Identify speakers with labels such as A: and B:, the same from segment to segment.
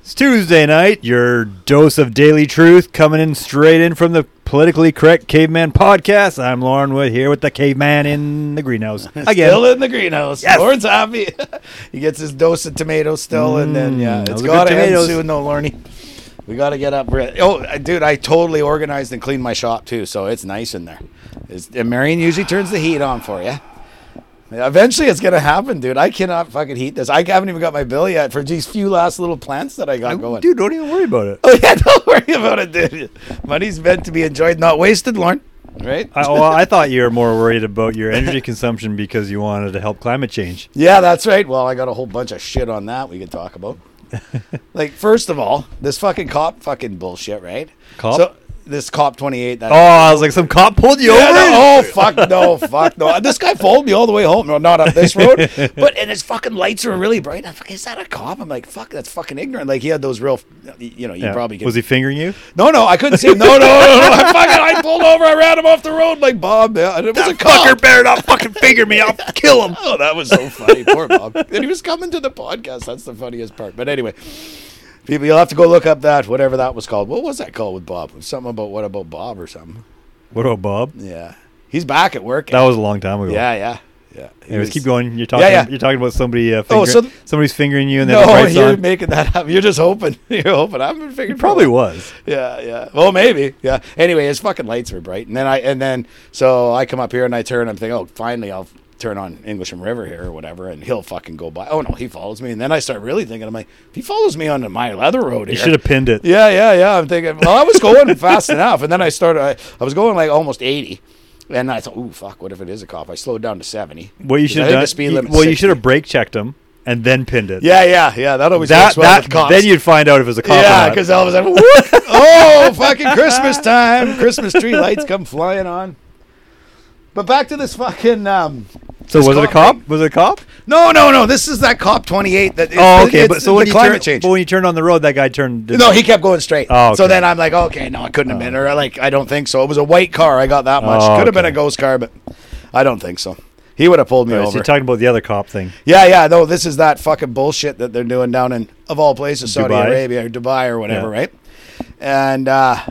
A: It's Tuesday night, your dose of daily truth coming in straight in from the politically correct caveman podcast. I'm Lauren Wood here with the caveman in the greenhouse. Again,
B: Still in the greenhouse.
A: Yes.
B: Lauren's happy. he gets his dose of tomatoes still, and then yeah,
A: Mm, those
B: it's
A: are good
B: got to end
A: tomatoes.
B: soon, though, Lorne. We got to get up. re- Oh, uh, dude, I totally organized and cleaned my shop too, so it's nice in there. It's, and Marion usually turns the heat on for you. Eventually, it's gonna happen, dude. I cannot fucking heat this. I haven't even got my bill yet for these few last little plants that I got going.
A: dude, don't even worry about it.
B: Oh yeah, don't worry about it, dude. Money's meant to be enjoyed, not wasted, Lauren. Right?
A: I, well, I thought you were more worried about your energy consumption because you wanted to help climate change.
B: Yeah, that's right. Well, I got a whole bunch of shit on that we could talk about. like, first of all, this fucking cop fucking bullshit, right?
A: Cop?
B: So, this cop 28. That,
A: Oh, I was like, some cop pulled you
B: Yeah,
A: over.
B: no, oh, fuck, no, fuck, no. This guy followed me all the way home. No, not up this road. But, and his fucking lights were really bright. I'm like, is that a cop? I'm like, fuck, that's fucking ignorant. Like, he had those real, you know, you
A: Yeah.
B: probably could.
A: was he fingering you?
B: No, no, I couldn't see him. No, no, no, no. I fucking, I pulled over. I ran him off the road like Bob. Yeah, and it was a cop.
A: better not fucking finger me. I'll kill him.
B: Oh, that was so funny. Poor Bob. And he was coming to the podcast. That's the funniest part. But anyway, people, you'll have to go look up that, whatever that was called. What was that called with Bob? Something about what about Bob or something.
A: What about Bob?
B: Yeah. He's back at work.
A: That was a long time ago.
B: yeah, yeah, yeah. He
A: Anyways,
B: was-
A: keep going. You're talking.
B: yeah.
A: You're talking about somebody. Uh,
B: Oh,
A: finger-
B: so th-
A: somebody's fingering you, and then the
B: No,
A: bright's
B: you're
A: on.
B: making that up. You're just hoping. You're hoping. I've been figuring.
A: Probably was.
B: Yeah, yeah. Well, maybe. Yeah. Anyway, his fucking lights were bright, and then I and then so I come up here and I turn. I'm thinking, oh, finally I'll turn on English and River here or whatever, and he'll fucking go by. Oh no, he follows me, and then I start really thinking, I'm like, if he follows me onto my leather road
A: You
B: here.
A: should have pinned it.
B: Yeah, yeah, yeah. I'm thinking, well, I was going fast enough, and then I started. I, I was going like almost 80. And I thought, ooh, fuck! What if it is a cop? I slowed down to seventy.
A: What you
B: 'Cause
A: should
B: I
A: have
B: think
A: done?
B: the speed
A: you-
B: limit's
A: well, you
B: 60.
A: should have brake checked him and then pinned it.
B: Yeah, yeah, yeah. That always
A: that
B: works well
A: that
B: with cops.
A: then you'd find out if it was a cop. or
B: Yeah,
A: not.
B: because all of a sudden, whoop, oh, fucking Christmas time! Christmas tree lights come flying on. But back to this fucking. Um,
A: so
B: this
A: was it a cop?
B: thing.
A: Was it a cop?
B: No, no, no. This is that COP 28. That
A: Oh,
B: it's-
A: okay.
B: it's
A: But so
B: the
A: when you
B: climate
A: turned,
B: change.
A: but when you turned on the road, that guy turned.
B: No, he kept going straight.
A: Oh, okay.
B: So then I'm like, okay, no, it couldn't have been. Or like, I don't think so. It was a white car. I got that much.
A: Oh,
B: Could have been
A: okay.
B: a ghost car, but I don't think so. He would have pulled me
A: Right, so
B: over.
A: you're talking about the other cop thing.
B: Yeah, yeah, no, this is that fucking bullshit that they're doing down in, of all places, Saudi
A: Dubai.
B: Arabia or Dubai or whatever,
A: Yeah.
B: right? And uh,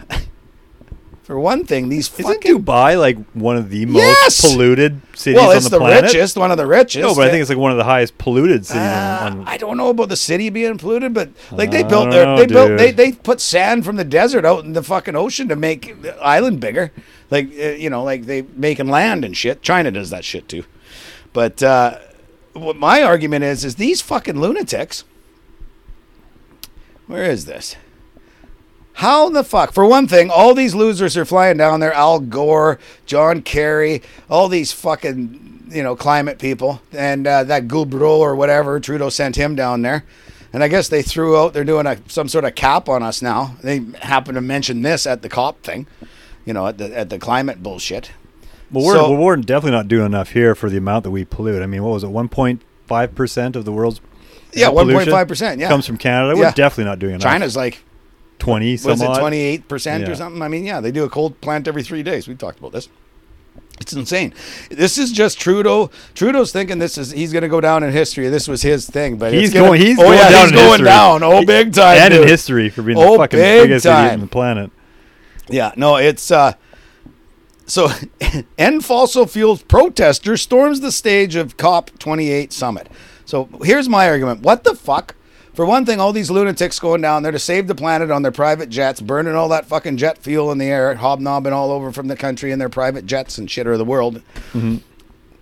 B: for one thing, these
A: Isn't
B: fucking
A: Dubai like one of the most
B: Yes!
A: polluted cities
B: well,
A: on
B: it's
A: the
B: the,
A: planet?
B: richest, one of the richest.
A: No, but I think it's like one of the highest polluted cities
B: Uh,
A: on, on
B: I don't know about the city being polluted, but like
A: I
B: they built
A: don't
B: their,
A: know,
B: they built, they
A: dude.
B: they put sand from the desert out in the fucking ocean to make the island bigger. Like uh, you know, like they making land and shit. China does that shit too. But uh, what my argument is is these fucking lunatics. Where is this? How in the fuck? For one thing, all these losers are flying down there. Al Gore, John Kerry, all these fucking you know climate people, and uh, that Goubreau or whatever Trudeau sent him down there. And I guess they threw out. They're doing a, some sort of cap on us now. They happen to mention this at the COP thing, you know, at the at the climate bullshit.
A: Well, we're,
B: So-
A: well, we're definitely not doing enough here for the amount that we pollute. I mean, what was it, 1.5% of the world's
B: Yeah,
A: air pollution
B: 1.5%, yeah.
A: comes from Canada. We're
B: Yeah.
A: definitely not doing enough.
B: China's like
A: 20 some
B: was it
A: odd.
B: twenty eight percent
A: Yeah.
B: or something? I mean, yeah, they do a cold plant every three days. We talked about this. It's insane. This is just Trudeau. Trudeau's thinking this is he's going to go down in history. This was his thing, but
A: He's
B: it's gonna-
A: going. He's
B: oh,
A: going
B: yeah,
A: down.
B: he's
A: in
B: going
A: history.
B: down. Oh, big time.
A: And in
B: dude.
A: history for being
B: Oh,
A: the fucking
B: big
A: biggest idiot on
B: time.
A: the planet.
B: Yeah, no, it's uh so end fossil fuels protester storms the stage of COP 28 summit. So here's my argument. What the fuck? For one thing, all these lunatics going down there to save the planet on their private jets, burning all that fucking jet fuel in the air, hobnobbing all over from the country in their private jets and shit or the world.
A: Mm-hmm.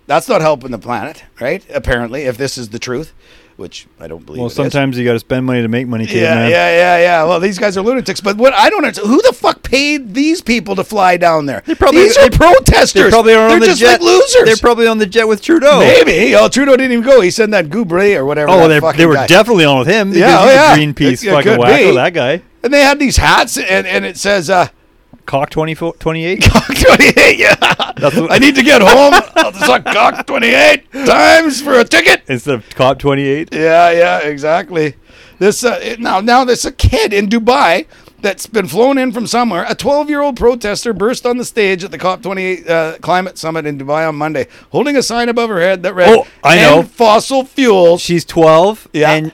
B: That's not helping the planet, right? Apparently, if this is the truth, which I don't believe.
A: Well,
B: it is.
A: sometimes you got to spend money to make money, kid,
B: Yeah,
A: man.
B: yeah, yeah, yeah. Well, these guys are lunatics. But what I don't understand, who the fuck paid these people to fly down there? They
A: probably-
B: these are
A: they-
B: protesters.
A: They're probably on
B: They're
A: the
B: just
A: jet.
B: like losers.
A: They're probably on the jet with Trudeau.
B: Maybe. Oh, Trudeau didn't even go. He sent that Goubre or whatever.
A: Oh,
B: that
A: they they
B: fucking
A: were
B: guy.
A: definitely on with him. because
B: Yeah, oh,
A: he's a
B: yeah.
A: Greenpeace
B: It- it
A: fucking
B: could
A: wacko.
B: be.
A: That guy.
B: And they had these hats, and, and it says, uh,
A: Cock 20, 28.
B: Cock 28. Yeah.
A: what-
B: I need to get home. I'll suck Cock 28 times for a ticket.
A: Instead of Cop 28.
B: Yeah, yeah, exactly. This uh, it- now now there's a kid in Dubai that's been flown in from somewhere. A 12-year-old protester burst on the stage at the COP28 uh, climate summit in Dubai on Monday, holding a sign above her head that read
A: Oh, I know.
B: "End fossil fuels."
A: She's 12.
B: Yeah.
A: And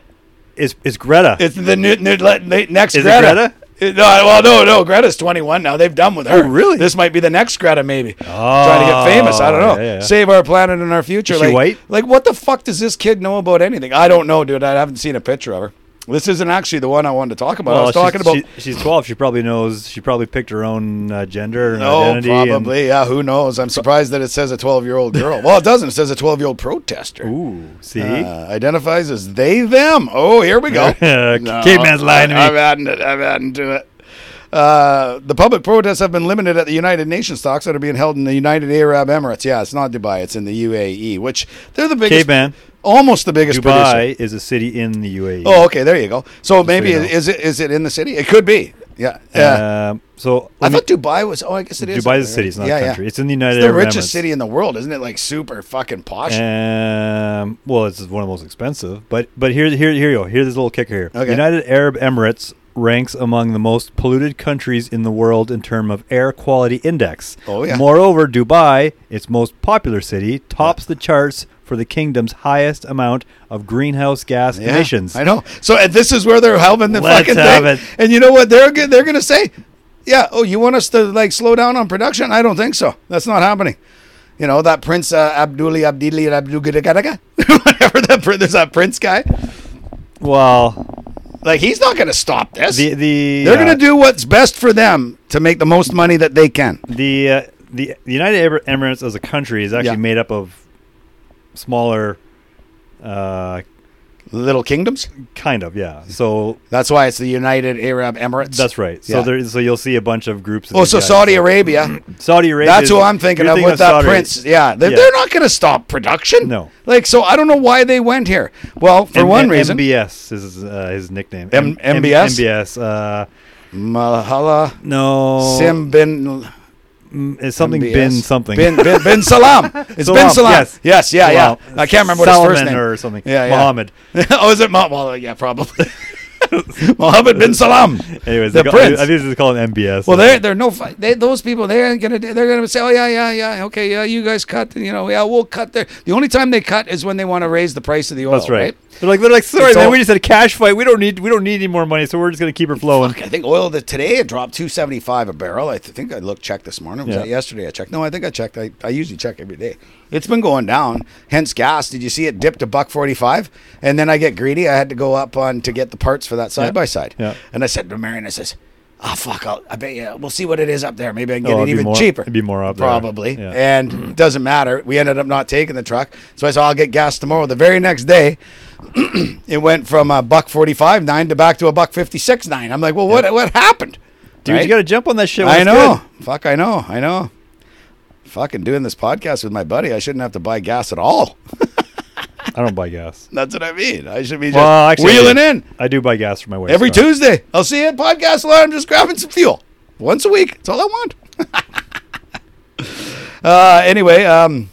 A: is is Greta.
B: It's the new, new le- le- next
A: Is it
B: Greta. It- No, well, no, no. Greta's 21 now. They've done with her.
A: Oh, really? Oh,
B: This might be the next Greta, maybe. Trying to get famous. I don't know.
A: yeah, yeah.
B: Save our planet and our future.
A: Is she
B: like,
A: white?
B: Like, what the fuck does this kid know about anything? I don't know, dude. I haven't seen a picture of her. This isn't actually the one I wanted to talk about. I was
A: she's-
B: talking about.
A: she- she's twelve. She probably knows. She probably picked her own uh, gender and
B: no,
A: identity. and-
B: probably. Yeah, who knows? I'm surprised that it says a 12 year old girl. well, it doesn't. It says a 12 year old protester.
A: ooh, see,
B: Uh, identifies as they them. Oh, here we go.
A: Caveman's lying to me.
B: I'm adding it. I'm adding to it. Uh, the public protests have been limited at the United Nations talks that are being held in the United Arab Emirates. Yeah, it's not Dubai; it's in the UAE, which they're the biggest,
A: caveman.
B: almost the biggest producer.
A: Dubai is a E. city in the UAE.
B: Oh, okay, there you go. So maybe
A: you know.
B: is it is it in the city? It could be. Yeah, yeah.
A: Um, so
B: I
A: let me-
B: thought Dubai was. Oh, I guess it is.
A: Dubai is a city. It's not
B: Yeah,
A: a
B: yeah.
A: country. It's in the United
B: It's the
A: Arab
B: richest
A: Emirates.
B: city in the world, isn't it? Like super fucking posh.
A: Um, well, it's one of the most expensive, but but here here here you go. Here's this little kicker here.
B: Okay.
A: United Arab Emirates ranks among the most polluted countries in the world in terms of air quality index.
B: Oh, yeah.
A: Moreover, Dubai, its most popular city, tops the charts for the kingdom's highest amount of greenhouse gas
B: Yeah,
A: emissions.
B: I know. So and this is where they're helping the
A: Let's
B: fucking
A: have
B: thing.
A: it.
B: And you know what they're go- they're gonna say? Yeah. Oh, you want us to like slow down on production? I don't think so. That's not happening. You know that Prince uh, Abduli Abdili Abdulgadagadaga, whatever that prin- there's that Prince guy.
A: Well,
B: Like he's not gonna stop this.
A: the the
B: they're
A: uh,
B: gonna do what's best for them to make the most money that they can.
A: the uh, the the United Arab Emirates as a country is actually
B: Yeah.
A: made up of smaller uh
B: Little kingdoms.
A: kind of yeah so
B: That's why it's the United Arab Emirates.
A: That's right. So
B: Yeah.
A: there, so you'll see a bunch of groups. of
B: Oh,
A: these
B: so
A: guys.
B: Saudi Arabia.
A: Saudi Arabia.
B: That's
A: is-
B: who I'm thinking
A: you're
B: of with that
A: Saudi-
B: prince. Yeah, they're,
A: Yeah.
B: they're not going to stop production.
A: No.
B: Like, so I don't know why they went here. Well, for
A: M-
B: one
A: M-
B: reason.
A: MBS is uh, his nickname.
B: M-
A: M-
B: MBS?
A: MBS. Uh,
B: Mahala
A: no.
B: Sim bin.
A: M- It's something
B: MBS.
A: Oh. bin something.
B: Bin, bin, bin Salam. It's
A: Salam,
B: bin Salam.
A: yes.
B: Yes, yeah,
A: Salam.
B: yeah. I can't remember what his first
A: Salman
B: name
A: or something.
B: Yeah, yeah.
A: Mohammed.
B: oh, is it Mohammed? Well, yeah, probably. Mohammed bin Salam.
A: Anyways,
B: the
A: they call,
B: prince.
A: I think they call him MBS.
B: Well, they're they're no fi- they, those people. They ain't gonna they're gonna say, oh yeah, yeah, yeah, okay, yeah, you guys cut, you know, yeah, we'll cut there. The only time they cut is when they want to raise the price of the oil.
A: That's right.
B: right?
A: They're like they're like sorry
B: It's
A: man.
B: all-
A: we just had a cash fight. We don't need we don't need any more money. So we're just gonna keep her flowing.
B: I think oil that today it dropped two seventy five a barrel. I th- think I looked checked this morning. Was
A: Yeah.
B: that yesterday? I checked. No, I think I checked. I, I usually check every day. It's been going down. Hence gas. Did you see it dipped to buck forty five? And then I get greedy. I had to go up on to get the parts for that side by side.
A: Yeah.
B: And I said to Marion, I says, "Ah fuck! I'll, I bet you we'll see what it is up there. Maybe I can get
A: Oh,
B: it
A: it'd be
B: even
A: more-
B: cheaper.
A: it'd be more up there.
B: probably.
A: Yeah.
B: And doesn't matter. We ended up not taking the truck. So I said, I'll get gas tomorrow. The very next day, it went from a buck forty five nine to back to a buck fifty six nine. I'm like, well, what what happened?
A: Dude,
B: Right?
A: you got to jump on that shit. when
B: I
A: it's
B: know. Fuck, I know. I know. Fucking doing this podcast with my buddy, I shouldn't have to buy gas at all.
A: good. I don't buy gas.
B: That's what I mean. I should be just
A: Well, actually, I
B: wheeling
A: do.
B: in
A: I do buy gas for my wife.
B: every Tuesday. I'll see you at podcast line. I'm just grabbing some fuel once a week. That's all I want. uh, anyway, um,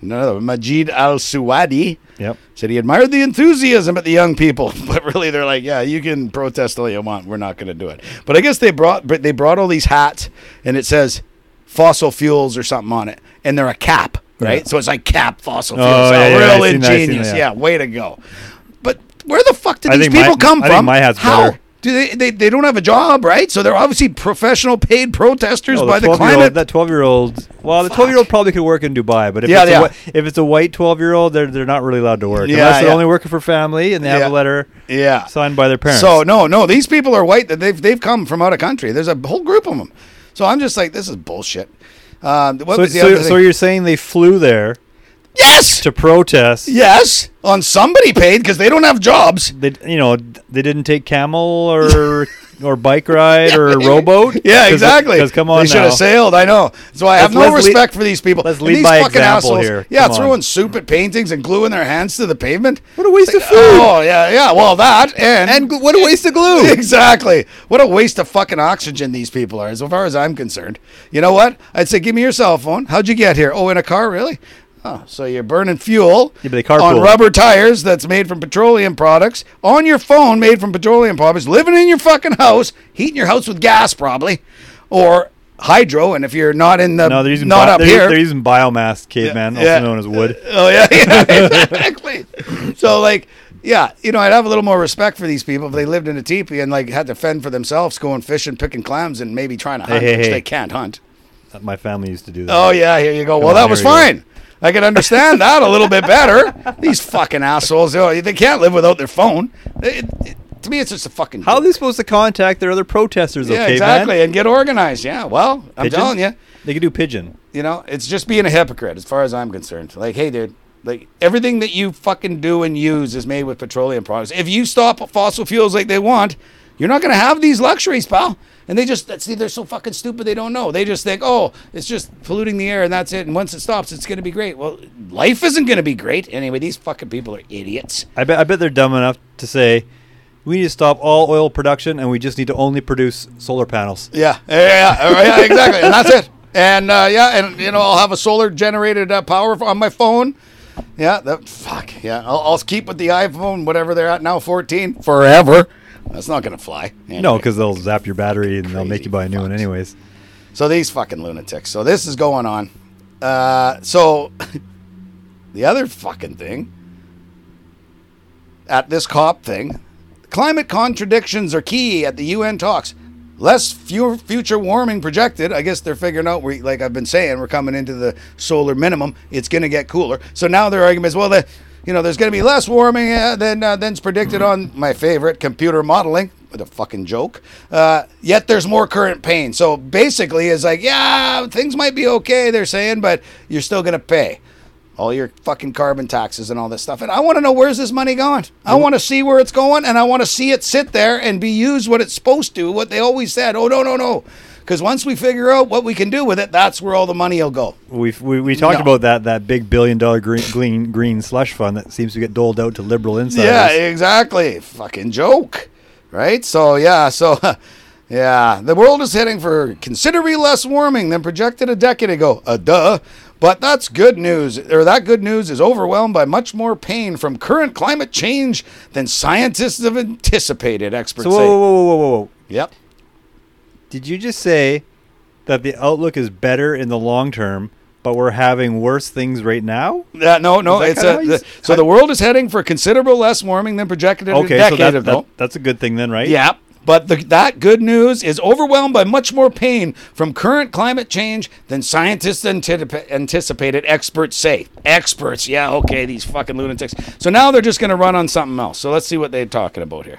B: another Majid Al Suwadi.
A: Yep.
B: Said he admired the enthusiasm at the young people, but really they're like, yeah, you can protest all you want. We're not going to do it. But I guess they brought, but they brought all these hats, and it says fossil fuels or something on it, and they're a cap, right?
A: Yeah.
B: So it's like cap fossil
A: Oh,
B: fuels. Oh,
A: yeah, yeah, I
B: real
A: seen that, I seen
B: ingenious.
A: that, yeah.
B: yeah. way to go. But where the fuck did
A: I
B: these
A: think my-
B: people come
A: I
B: from?
A: think my hat's
B: How?
A: better.
B: Do they, they? They don't have a job, right? So they're obviously professional, paid protesters
A: No,
B: by the
A: 12 year old-
B: climate.
A: Oh, That twelve year old. Well, the twelve year old probably could work in Dubai, but if
B: Yeah,
A: it's
B: yeah.
A: a whi- if it's a white twelve year old, they're they're not really allowed to work
B: Yeah,
A: unless they're
B: yeah.
A: only working for family and they have
B: Yeah.
A: a letter
B: yeah.
A: signed by their parents.
B: So no, no, these people are white. That they've they've come from out of country. There's a whole group of them. So I'm just like, this is bullshit. Um, what
A: so,
B: was the
A: so,
B: other
A: so
B: thing?
A: you're saying they flew there
B: yes,
A: to protest?
B: yes, on somebody paid because they don't have jobs.
A: They you know they didn't take camel or or bike ride or rowboat.
B: Yeah,
A: 'Cause-
B: exactly.
A: 'cause come on
B: they should
A: now.
B: have sailed. I know. So I
A: Let's-
B: have no
A: let's lead-
B: respect for these people.
A: let's
B: And
A: lead
B: these
A: by
B: fucking
A: example
B: assholes.
A: here.
B: Yeah,
A: Come on.
B: throwing soup at paintings and gluing their hands to the pavement.
A: What a waste of food.
B: Oh yeah, yeah. Well, that and
A: And gl- what a waste of glue.
B: exactly. What a waste of fucking oxygen these people are, as far as I'm concerned. You know what? I'd say, give me your cell phone. How'd you get here? Oh, in a car, really? Oh, so you're burning fuel
A: Yeah, but they
B: on
A: carpooled.
B: rubber tires that's made from petroleum products on your phone made from petroleum products, living in your fucking house, heating your house with gas probably, or hydro. And if you're not in the
A: No, they're using
B: not
A: bi-
B: up
A: they're,
B: here,
A: They're using biomass, caveman,
B: Yeah.
A: also known as wood.
B: Oh yeah, yeah, exactly. so like, Yeah, you know, I'd have a little more respect for these people if they lived in a teepee and like had to fend for themselves, going fishing, picking clams, and maybe trying to hunt,
A: hey,
B: which
A: hey.
B: they can't hunt.
A: My family used to do that.
B: Oh yeah, here you go. well,
A: on,
B: that was
A: here we go.
B: fine. I can understand that a little bit better. These fucking assholes, you know, they can't live without their phone. It- it- to me, it's just a fucking.
A: How are they supposed to contact their other protesters?
B: Yeah,
A: okay,
B: exactly,
A: man?
B: and get organized. Yeah, well, I'm
A: Pigeon?
B: telling you,
A: They could do pigeon.
B: you know, it's just being a hypocrite as far as I'm concerned. Like, hey, dude, like everything that you fucking do and use is made with petroleum products. If you stop fossil fuels like they want, you're not going to have these luxuries, pal. And they just see they're so fucking stupid they don't know. They just think, oh, it's just polluting the air and that's it. And once it stops, it's going to be great. Well, life isn't going to be great anyway. These fucking people are idiots.
A: I bet. I bet they're dumb enough to say, "We need to stop all oil production, and we just need to only produce solar panels."
B: Yeah, yeah, yeah, yeah, yeah, exactly, and that's it. And uh, yeah, and you know, I'll have a solar generated uh, power on my phone. Yeah, that fuck. Yeah, I'll, I'll keep with the iPhone, whatever they're at now, 14 forever. That's not gonna fly. Anyway.
A: No, because they'll zap your battery and they'll make you buy a new one,
B: Crazy
A: anyways.
B: So these fucking lunatics. So this is going on. Uh, so the other fucking thing at this COP thing, climate contradictions are key at the UN talks. Less fu- future warming projected. I guess they're figuring out. We like I've been saying, we're coming into the solar minimum. It's going to get cooler. So now their argument is, well, the, you know, there's going to be less warming uh, than uh, than's predicted on my favorite computer modeling. What a fucking joke. Uh, yet there's more current pain. So basically, it's like, yeah, things might be okay. They're saying, but you're still going to pay all your fucking carbon taxes and all this stuff. And I want to know where's this money going? I want to see where it's going and I want to see it sit there and be used what it's supposed to, what they always said. Oh, no, no, no. Because once we figure out what we can do with it, that's where all the money will go.
A: We've, we we talked
B: No.
A: about that that big billion dollar green, green green slush fund that seems to get doled out to liberal insiders.
B: Yeah, exactly. Fucking joke, right? So yeah, so yeah, the world is heading for considerably less warming than projected a decade ago. Uh, duh. But that's good news, or that good news is overwhelmed by much more pain from current climate change than scientists have anticipated. Experts
A: so whoa,
B: say.
A: whoa whoa whoa whoa whoa!
B: Yep.
A: Did you just say that the outlook is better in the long term, but we're having worse things right now?
B: Yeah, no, no.
A: Is that
B: It's
A: kinda
B: a,
A: how you
B: the-
A: s-
B: so the world is heading for considerable less warming than projected a
A: Okay, so
B: decade
A: that,
B: ago.
A: that, that's a good thing then, right?
B: Yeah. But the, that good news is overwhelmed by much more pain from current climate change than scientists antitip- anticipated, experts say. Experts, yeah, okay, these fucking lunatics. So now they're just going to run on something else. So let's see what they're talking about here.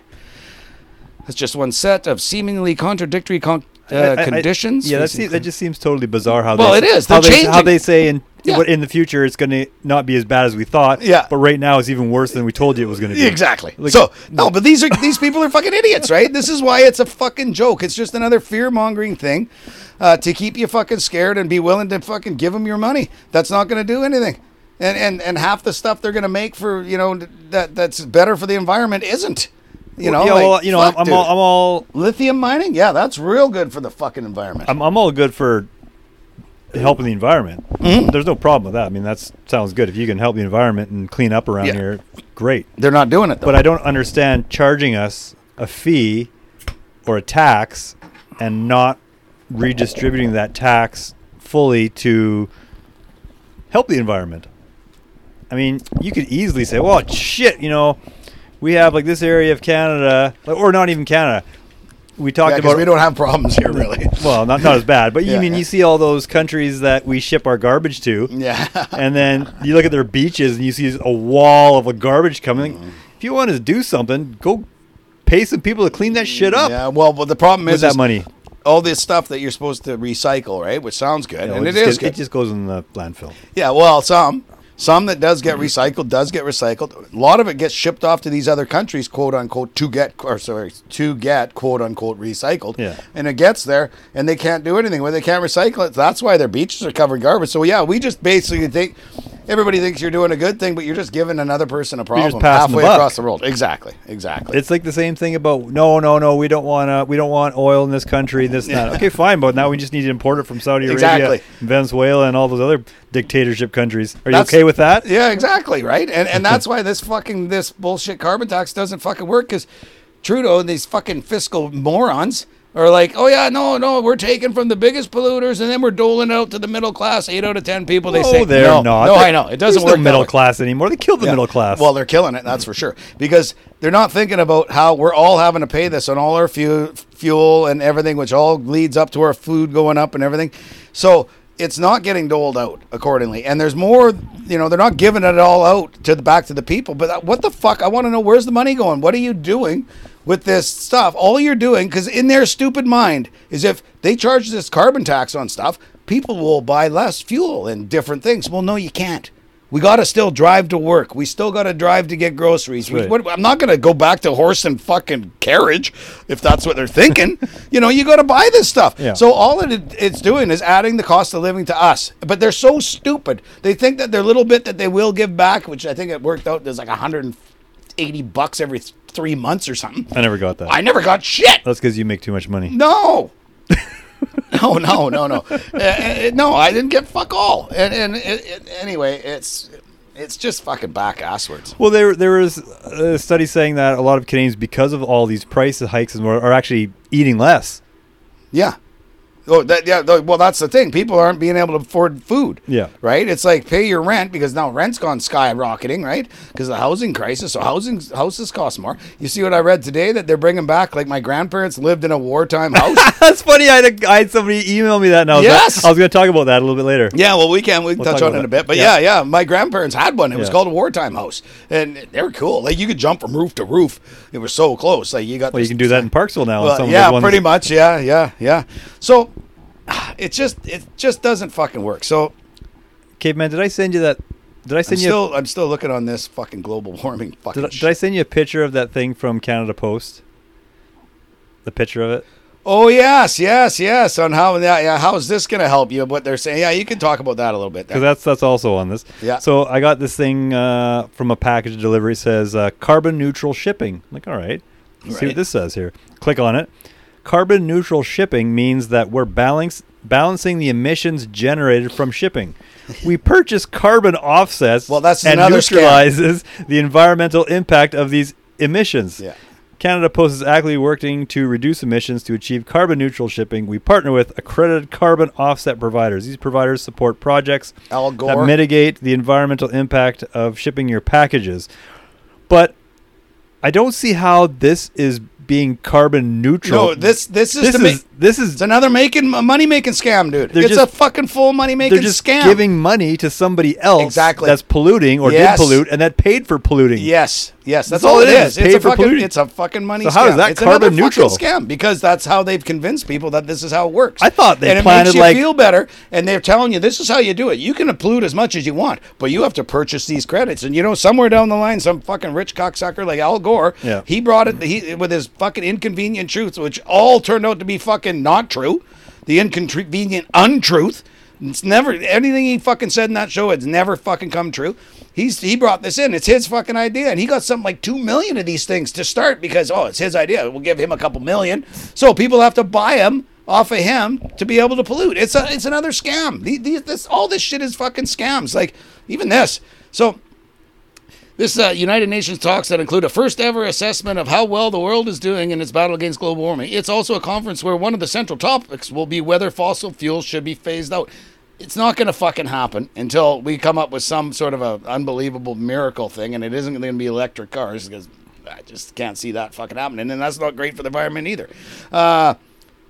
B: That's just one set of seemingly contradictory con- uh,
A: I- I- I-
B: conditions.
A: yeah, that, seems, that just seems totally bizarre. How
B: Well,
A: they,
B: it is.
A: how
B: They're
A: they, how
B: changing.
A: they say in
B: Yeah.
A: what in the future it's going to not be as bad as we thought.
B: Yeah.
A: but right now it's even worse than we told you it was going to be.
B: Exactly.
A: Like-
B: so no, but these are these people are fucking idiots, right? This is why it's a fucking joke. It's just another fear mongering thing uh, to keep you fucking scared and be willing to fucking give them your money. That's not going to do anything. And and and half the stuff they're going to make for you know that that's better for the environment isn't. You know,
A: yeah,
B: like,
A: well, you know,
B: fuck,
A: I'm, I'm all,
B: dude.
A: I'm all
B: lithium mining. Yeah, that's real good for the fucking environment.
A: I'm, I'm all good for helping the environment.
B: Mm-hmm.
A: There's no problem with that. I mean, that sounds good. If you can help the environment and clean up around
B: Yeah.
A: here, great.
B: they're not doing it though.
A: But I don't understand charging us a fee or a tax and not redistributing that tax fully to help the environment. I mean, you could easily say, well, shit, you know, we have like this area of Canada, like, or not even Canada. We talked
B: yeah, 'cause
A: about
B: we don't have problems here really.
A: well, not not as bad, but you
B: Yeah,
A: mean
B: yeah.
A: you see all those countries that we ship our garbage to,
B: yeah.
A: and then you look at their beaches and you see a wall of garbage coming.
B: Mm-hmm.
A: If you want to do something, go pay some people to clean that shit up
B: Yeah, well, but the problem is
A: with that
B: is
A: money.
B: all this stuff that you're supposed to recycle, right? Which sounds good,
A: No,
B: and it
A: just
B: is
A: get-
B: good.
A: it just goes in the landfill.
B: yeah, well, some some that does get recycled does get recycled. A lot of it gets shipped off to these other countries, quote unquote, to get or sorry, to get quote unquote recycled.
A: Yeah.
B: and it gets there, and they can't do anything. When they can't recycle it, that's why their beaches are covered in garbage. So yeah, we just basically think. Everybody thinks you're doing a good thing, but you're just giving another person a
A: passing
B: problem
A: the
B: halfway
A: buck.
B: across the world. Exactly, exactly.
A: It's like the same thing about no, no, no. We don't want to. We don't want oil in this country. This and that. Okay, fine, but now we just need to import it from Saudi Arabia,
B: Exactly.
A: Venezuela, and all those other dictatorship countries. Are you
B: That's-
A: okay with that?
B: Yeah, exactly, right? And and that's why this fucking this bullshit carbon tax doesn't fucking work cuz Trudeau and these fucking fiscal morons Or like, oh yeah, no, no, we're taking from the biggest polluters and then we're doling it out to the middle class. Eight out of ten people they
A: no,
B: say
A: they're
B: no,
A: not.
B: No,
A: They-
B: I know it doesn't
A: there's
B: work.
A: No
B: that
A: middle
B: way.
A: class anymore. They killed the
B: Yeah.
A: middle class.
B: Well, they're killing it, that's for sure. Because they're not thinking about how we're all having to pay this on all our fu- fuel and everything, which all leads up to our food going up and everything. So it's not getting doled out accordingly. And there's more, you know, they're not giving it all out to the back to the people. But uh, what the fuck? I want to know where's the money going? What are you doing with this stuff? All you're doing, because in their stupid mind, is if they charge this carbon tax on stuff, people will buy less fuel and different things. Well, no, you can't. We got to still drive to work. We still got to drive to get groceries. We-
A: right.
B: what- I'm not going to go back to horse and fucking carriage if that's what they're thinking. you know, you got to buy this stuff.
A: Yeah.
B: So all it, it's doing is adding the cost of living to us. But they're so stupid. They think that their little bit that they will give back, which I think it worked out, there's like 180 bucks every th- three months or something.
A: I never got that.
B: I never got shit.
A: That's because you make too much money.
B: No. no, no, no, no, Uh, uh, no! I didn't get fuck all. And, and it, it, anyway, it's it's just fucking back asswards.
A: Well, there there was a study saying that a lot of Canadians, because of all these price hikes and more, are actually eating less.
B: Yeah. Oh, that, yeah. th- Well, that's the thing. People aren't being able to afford food.
A: Yeah.
B: Right. It's like pay your rent because now rent's gone skyrocketing, right? Because the housing crisis. So housing houses cost more. You see what I read today that they're bringing back? Like my grandparents lived in a wartime house.
A: That's funny. I had, a, I had somebody email me that, and I was
B: Yes!
A: I was going to talk about that a little bit later.
B: Yeah, well, we can we can
A: We'll
B: touch
A: talk
B: on it in
A: about
B: a
A: that.
B: bit, but yeah.
A: Yeah.
B: yeah, My grandparents had one. It was
A: Yeah.
B: called a wartime house, and they were cool. Like you could jump from roof to roof. It was so close. Like you got.
A: Well,
B: this-
A: you can do that in Parksville now.
B: Well,
A: on some of
B: yeah,
A: those ones.
B: pretty much. Yeah, yeah, yeah. So it just it just doesn't fucking work. So
A: Caveman, did I send you that? Did I
B: I'm
A: send you?
B: still I'm still looking on this fucking global warming
A: a,
B: fucking.
A: did, I- did I
B: shit.
A: send you a picture of that thing from Canada Post? The picture of it.
B: oh yes, yes, yes. On how yeah, yeah. How is this gonna help you? What they're saying? Yeah, you can talk about that a little bit.
A: because
B: There.
A: that's that's also on this.
B: Yeah.
A: So I got this thing uh, from a package delivery. It says uh, carbon neutral shipping. I'm like, all right. Let's See
B: Right.
A: what this says here. Click on it. Carbon neutral shipping means that we're balance, balancing the emissions generated from shipping. We purchase carbon offsets
B: Well, that's
A: and
B: another scam.
A: neutralizes the environmental impact of these emissions.
B: Yeah.
A: Canada Post is actively working to reduce emissions to achieve carbon neutral shipping. We partner with accredited carbon offset providers. These providers support projects
B: Al Gore.
A: that mitigate the environmental impact of shipping your packages. But I don't see how this is being carbon neutral.
B: no, this this is
A: this
B: to
A: is
B: me.
A: this is
B: It's another making money making scam, dude.
A: They're
B: it's
A: just-
B: a fucking full money making
A: they're just
B: scam.
A: giving money to somebody else
B: Exactly.
A: that's polluting or
B: Yes.
A: did pollute and that paid for polluting.
B: Yes, yes,
A: That's
B: that's all
A: all
B: it
A: it
B: is.
A: is, paid
B: It's a
A: for
B: fucking,
A: polluting.
B: it's a fucking money.
A: So how
B: scam.
A: is that
B: It's another
A: carbon
B: fucking
A: neutral?
B: scam? Because that's how they've convinced people that this is how it works.
A: I thought they
B: and it makes
A: planted,
B: you
A: like-
B: feel better, and they're telling you this is how you do it. You can pollute as much as you want, but you have to purchase these credits. And you know, somewhere down the line, some fucking rich cocksucker like Al Gore,
A: Yeah.
B: he brought it he, with his fucking inconvenient truths, which all turned out to be fucking not true. The inconvenient untruth. It's never anything he fucking said in that show. It's never fucking come true. He's he brought this in. It's his fucking idea, and he got something like two million of these things to start because oh, it's his idea. We'll give him a couple million, so people have to buy him off of him to be able to pollute. It's a it's another scam. The- the- this all this shit is fucking scams. Like even this. So this uh, United Nations talks that include a first ever assessment of how well the world is doing in its battle against global warming. It's also a conference where one of the central topics will be whether fossil fuels should be phased out. It's not going to fucking happen until we come up with some sort of a unbelievable miracle thing, and it isn't going to be electric cars because I just can't see that fucking happening, and that's not great for the environment either. Uh,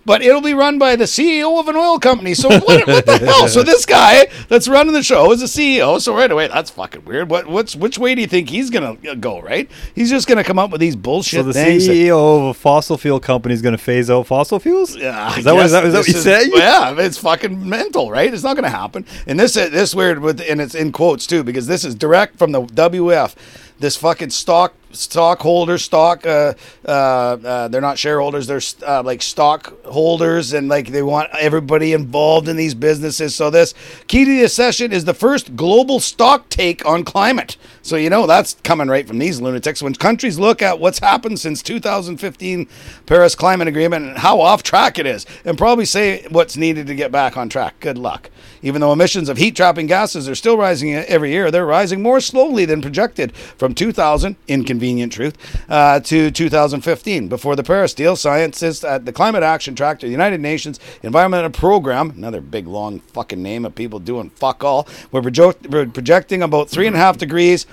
B: but it'll be run by the CEO of an oil company. So what, what the hell? So this guy that's running the show is a CEO. So right away, that's fucking weird. What what's which way do you think he's gonna go? Right? He's just gonna come up with these bullshit
A: So the E
B: things. that-
A: CEO of a fossil fuel company is going to phase out fossil fuels.
B: yeah, I
A: is that what,
B: guess
A: is that, is that what
B: this
A: you said?
B: well, Yeah, I mean, it's fucking mental, right? It's not going to happen. And this this weird with and it's in quotes too because this is direct from the WF. This fucking stock stockholder stock. Uh, uh, uh, they're not shareholders. They're uh, like stockholders, and like they want everybody involved in these businesses. So this key to this session is the first global stock take on climate. So you know that's coming right from these lunatics. When countries look at what's happened since 2015 Paris Climate Agreement and how off track it is, and probably say what's needed to get back on track. Good luck. Even though emissions of heat trapping gases are still rising e-, every year, they're rising more slowly than projected from 2000, inconvenient truth, uh, to 2015. Before the Paris deal, scientists at the Climate Action Tracker, the United Nations Environmental Program, another big long fucking name of people doing fuck all, were projo- were projecting about three and a half degrees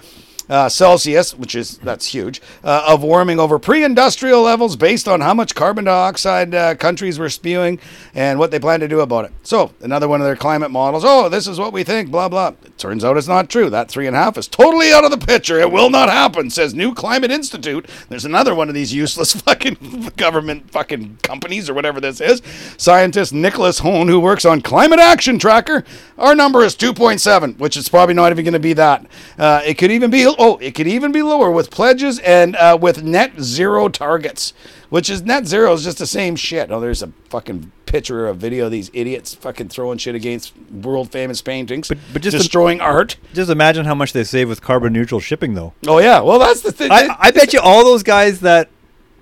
B: uh, Celsius, which is that's huge, uh, of warming over pre-industrial levels based on how much carbon dioxide uh, countries were spewing and what they plan to do about it. So another one of their climate models. Oh, this is what we think. Blah blah. It turns out it's not true. That three and a half is totally out of the picture. It will not happen. Says New Climate Institute. There's another one of these useless fucking government fucking companies or whatever this is. Scientist Nicholas Hone, who works on Climate Action Tracker, our number is 2.7, which is probably not even going to be that. Uh, it could even be oh, it could even be lower with pledges and uh, with net zero targets, which is net zero is just the same shit. Oh, there's a fucking picture or a video of these idiots fucking throwing shit against world famous paintings,
A: But- but just the-
B: destroying art.
A: Just imagine how much they save with carbon neutral shipping, though.
B: Oh yeah, well that's the thing.
A: I, I bet you all those guys that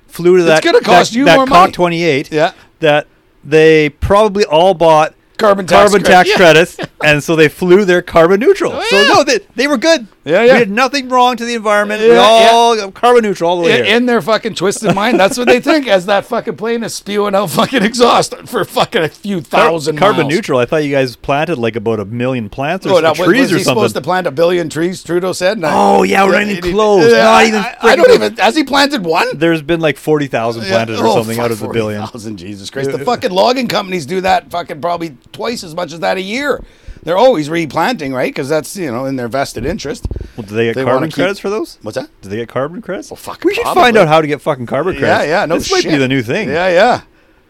A: flew to that
B: gonna cost
A: that,
B: you
A: that
B: more money.
A: COP 28
B: Yeah.
A: that they probably all bought
B: Carbon tax
A: carbon
B: credit.
A: tax
B: Yeah.
A: credits and so they flew their carbon neutral.
B: Oh,
A: So
B: yeah.
A: no, they, they were good.
B: Yeah, yeah.
A: We did nothing wrong to the environment. we
B: Yeah,
A: all carbon neutral all the way
B: in,
A: here.
B: in their fucking twisted mind, that's what they think. As that fucking plane is spewing out fucking exhaust for fucking a few
A: Car-
B: thousand
A: carbon
B: miles.
A: neutral. I thought you guys planted like about a million plants or
B: Oh,
A: some
B: now, wa-
A: trees
B: was
A: or
B: he supposed to
A: something.
B: plant a billion trees? Trudeau said. And I-
A: Oh, yeah, we're not even close.
B: Yeah,
A: Not
B: I-
A: even
B: I, I don't
A: freaking-
B: even. Has he planted one?
A: There's been like forty thousand planted
B: Yeah.
A: or
B: Oh,
A: something
B: fuck,
A: out of the billion.
B: 40,000, Jesus Christ! The fucking logging companies do that fucking probably twice as much as that a year. They're always replanting, right? Because that's you know in their vested interest.
A: Well, do they get
B: They wanna
A: carbon
B: keep-
A: credits for those?
B: What's that?
A: Do they get carbon credits? Oh
B: fuck,
A: We should
B: probably.
A: find out how to get fucking carbon
B: Yeah,
A: credits.
B: yeah. No
A: this
B: shit.
A: might be the new thing.
B: Yeah, yeah.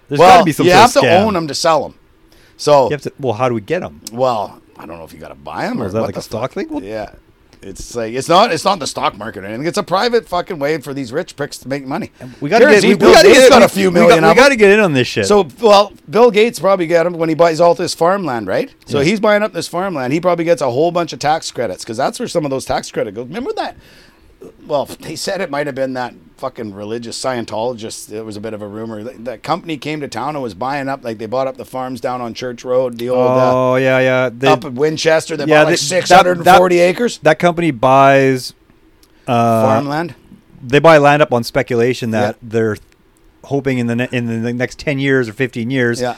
A: There's
B: well,
A: gotta be some
B: you
A: sort
B: have
A: of
B: to
A: scam.
B: own them to sell them. So
A: You have to. Well, how do we get them?
B: Well, I don't know if you got to buy them or
A: Oh, Is that
B: what
A: like
B: the
A: a stock thing? Well,
B: fuck. Yeah, it's like it's not it's not the stock market or anything. It's a private fucking way for these rich pricks to make money.
A: We gotta
B: Guarantee
A: get. We,
B: Bill
A: we gotta
B: Gates
A: get.
B: got
A: we-
B: a few
A: we
B: million.
A: got-
B: of
A: We
B: them.
A: got to get in on this shit.
B: So, well, Bill Gates probably got him when he buys all this farmland, right? So he's buying up this farmland. He probably gets a whole bunch of tax credits because that's where some of those tax credits go. Remember that? Well, they said it might have been that fucking religious Scientologist. It was a bit of a rumor. That, that company came to town and was buying up, like they bought up the farms down on Church Road, the old uh,
A: oh yeah, yeah. They,
B: up in Winchester. They
A: yeah,
B: bought
A: they-
B: like
A: that-
B: 640
A: that-
B: acres
A: that company buys. Uh,
B: farmland.
A: They buy land up on speculation that
B: Yeah.
A: they're hoping in the ne- in the next ten years or fifteen years
B: Yeah.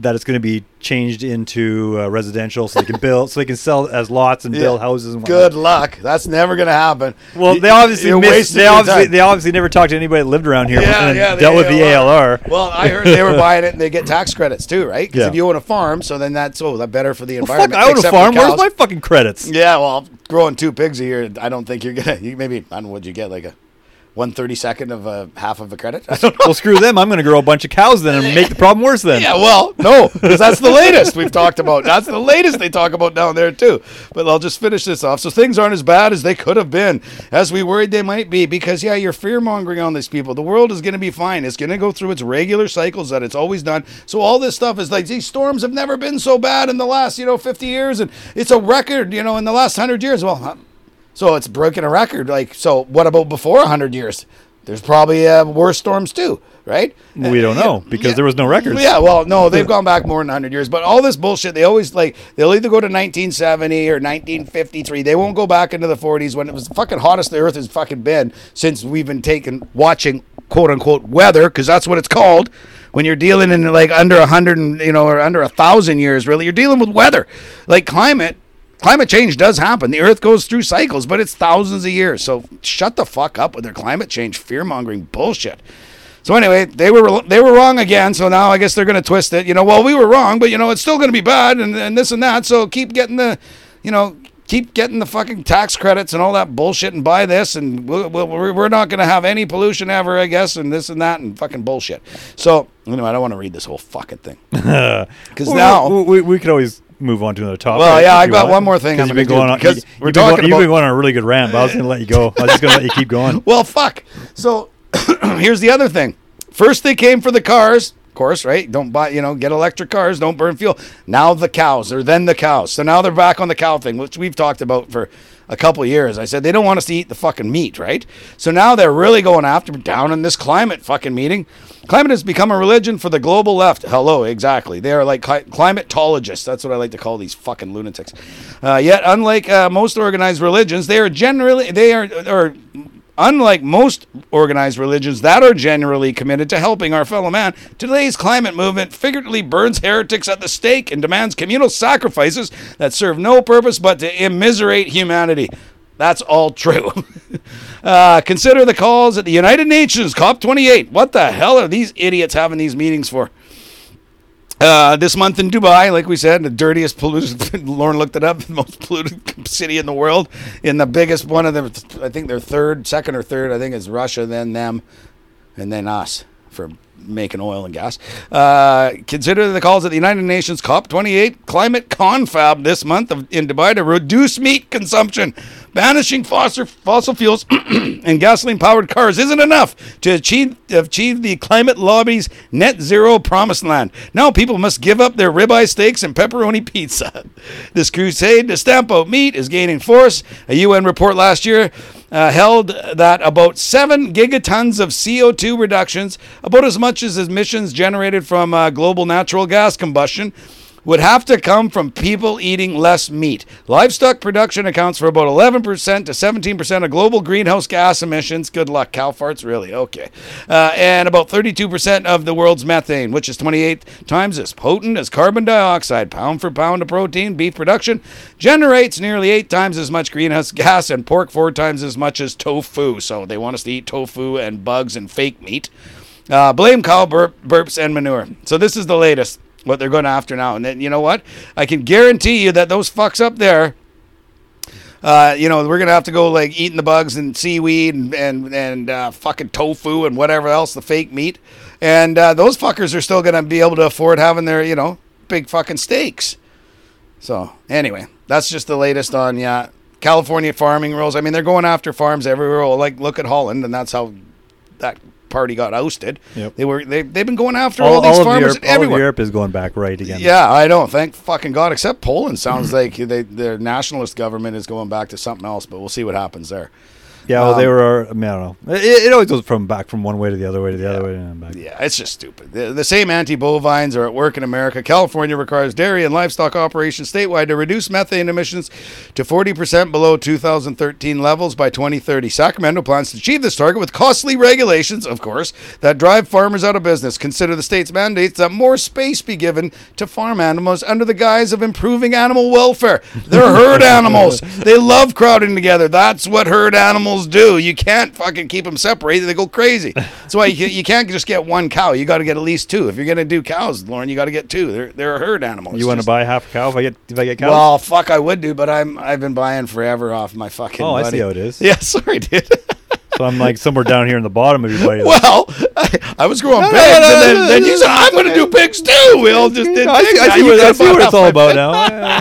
A: that it's going to be changed into uh, residential, so they can build, so they can sell as lots and build
B: Yeah.
A: houses. And whatnot.
B: Good luck. That's never going to happen.
A: Well,
B: You-
A: they obviously
B: you're
A: missed,
B: wasting
A: they
B: your
A: obviously
B: time.
A: they obviously never talked to anybody that lived around here
B: Yeah,
A: and
B: yeah, the
A: dealt with the
B: ALR.
A: ALR.
B: Well, I heard they were buying it and they get tax credits too, right? Because
A: Yeah.
B: if you own a farm, so then that's oh, that better for the
A: Well, fuck,
B: environment.
A: I own a
B: except for
A: farm. Where's
B: cows.
A: my fucking credits?
B: Yeah, well, growing two pigs a year, I don't think you're gonna. You maybe I don't know what you get like a one thirty second of a half of a credit. I don't know.
A: Well, screw them. I'm going to grow a bunch of cows then and make the problem worse then.
B: Yeah, well, no, because that's the latest we've talked about. That's the latest they talk about down there, too. But I'll just finish this off. So things aren't as bad as they could have been, as we worried they might be, because, yeah, you're fear mongering on these people. The world is going to be fine. It's going to go through its regular cycles that it's always done. So all this stuff is like these storms have never been so bad in the last, you know, 50 years. And it's a record, you know, in the last 100 years. Well, huh, so it's breaking a record. Like, so what about before 100 years? There's probably uh, worse storms, too, right?
A: We don't know because there was no records.
B: Yeah, well, no, they've gone back more than 100 years, but all this bullshit, they always like, they'll either go to 1970 or 1953. They won't go back into the 40s when it was the fucking hottest the earth has fucking been since we've been taking, watching quote unquote weather, because that's what it's called. When you're dealing in like under 100 and, you know, or under a thousand years, really, you're dealing with weather. Like climate, climate change does happen. The earth goes through cycles, but it's thousands of years. So shut the fuck up with their climate change fear mongering bullshit. So anyway, they were they were wrong again. So now I guess they're going to twist it. You know, well we were wrong, but you know it's still going to be bad and, and this and that. So keep getting the, you know, keep getting the fucking tax credits and all that bullshit and buy this and we'll, we'll, we're we're not going to have any pollution ever, I guess, and this and that and fucking bullshit. So anyway, I don't want to read this whole fucking thing because now.
A: we, we, we could always move on to another topic.
B: Well, yeah,
A: if
B: I
A: you
B: got
A: want.
B: one more thing
A: 'Cause
B: I'm
A: you've been
B: gonna do,
A: going on.
B: because
A: you-
B: we're
A: you've been
B: talking
A: going- You've
B: about-
A: been going on a really good rant, but I was going to let you go. I was just going to let you keep going.
B: Well, fuck. So here's the other thing. First, they came for the cars, of course, right? Don't buy, you know, get electric cars, don't burn fuel. Now the cows, or then the cows. So now they're back on the cow thing, which we've talked about for a couple years. I said they don't want us to eat the fucking meat, right? So now they're really going after down in this climate fucking meeting. Climate has become a religion for the global left. Hello, exactly. They are like cli- climatologists. That's what I like to call these fucking lunatics. Uh, yet, unlike uh, most organized religions, they are generally they are or Unlike most organized religions that are generally committed to helping our fellow man, today's climate movement figuratively burns heretics at the stake and demands communal sacrifices that serve no purpose but to immiserate humanity. That's all true. uh, consider the calls at the United Nations COP28. What the hell are these idiots having these meetings for? Uh, this month in Dubai, like we said, the dirtiest polluted. Lauren looked it up, the most polluted city in the world, in the biggest one of them. I think they're third, second or third. I think it's Russia, then them, and then us for making oil and gas. Uh, consider the calls at the United Nations COP28 climate confab this month of, in Dubai to reduce meat consumption. Banishing fossil, fossil fuels and gasoline powered cars isn't enough to achieve, achieve the climate lobby's net zero promised land. Now people must give up their ribeye steaks and pepperoni pizza. this crusade to stamp out meat is gaining force. A UN report last year uh, held that about 7 gigatons of CO2 reductions, about as much as emissions generated from uh, global natural gas combustion, would have to come from people eating less meat. Livestock production accounts for about 11% to 17% of global greenhouse gas emissions. Good luck, cow farts, really. Okay. Uh, and about 32% of the world's methane, which is 28 times as potent as carbon dioxide. Pound for pound of protein, beef production generates nearly eight times as much greenhouse gas and pork four times as much as tofu. So they want us to eat tofu and bugs and fake meat. Uh, blame cow burp, burps and manure. So this is the latest what they're going after now. And then you know what? I can guarantee you that those fucks up there. Uh, you know, we're gonna have to go like eating the bugs and seaweed and and, and uh, fucking tofu and whatever else the fake meat, and uh, those fuckers are still gonna be able to afford having their you know big fucking steaks. So anyway, that's just the latest on yeah California farming rules. I mean, they're going after farms everywhere. Well, Like look at Holland, and that's how that party got ousted.
A: Yep.
B: They were they they've been going after all,
A: All,
B: these
A: all of
B: farmers
A: Europe, all of
B: everywhere.
A: Europe is going back right again.
B: Yeah, I know. Thank fucking God. Except Poland sounds like they, their nationalist government is going back to something else, but we'll see what happens there.
A: Yeah, well, they
B: Um,
A: were. I, mean, I don't know. It, it always goes from back from one way to the other way to the other way and back.
B: Yeah, it's just stupid. The, the same anti bovines are at work in America. California requires dairy and livestock operations statewide to reduce methane emissions to 40% below 2013 levels by 2030. Sacramento plans to achieve this target with costly regulations, of course, that drive farmers out of business. Consider the state's mandates that more space be given to farm animals under the guise of improving animal welfare. They're herd animals. They love crowding together. That's what herd animals do. You can't fucking keep them separated. They go crazy. That's why you, you can't just get one cow. You got to get at least two. If you're going to do cows, Lauren, you got to get two. They're, they're a herd animal. It's
A: You want to
B: just-
A: buy half a cow if I get if I get cows?
B: Well, fuck, I would do, but I'm I've been buying forever off my fucking.
A: oh, I
B: buddy.
A: see how it is.
B: Yeah, sorry, dude.
A: So I'm like somewhere down here in the bottom of your body.
B: well, I, I was growing
A: No, no,
B: pigs,
A: no,
B: and then,
A: no,
B: then
A: no,
B: you
A: no,
B: said
A: no,
B: I'm going to do pigs too. We all just did.
A: I see,
B: pigs.
A: I
B: Now
A: see,
B: you
A: what, I
B: gotta
A: see
B: buy
A: what
B: off
A: it's all
B: my
A: about
B: pig.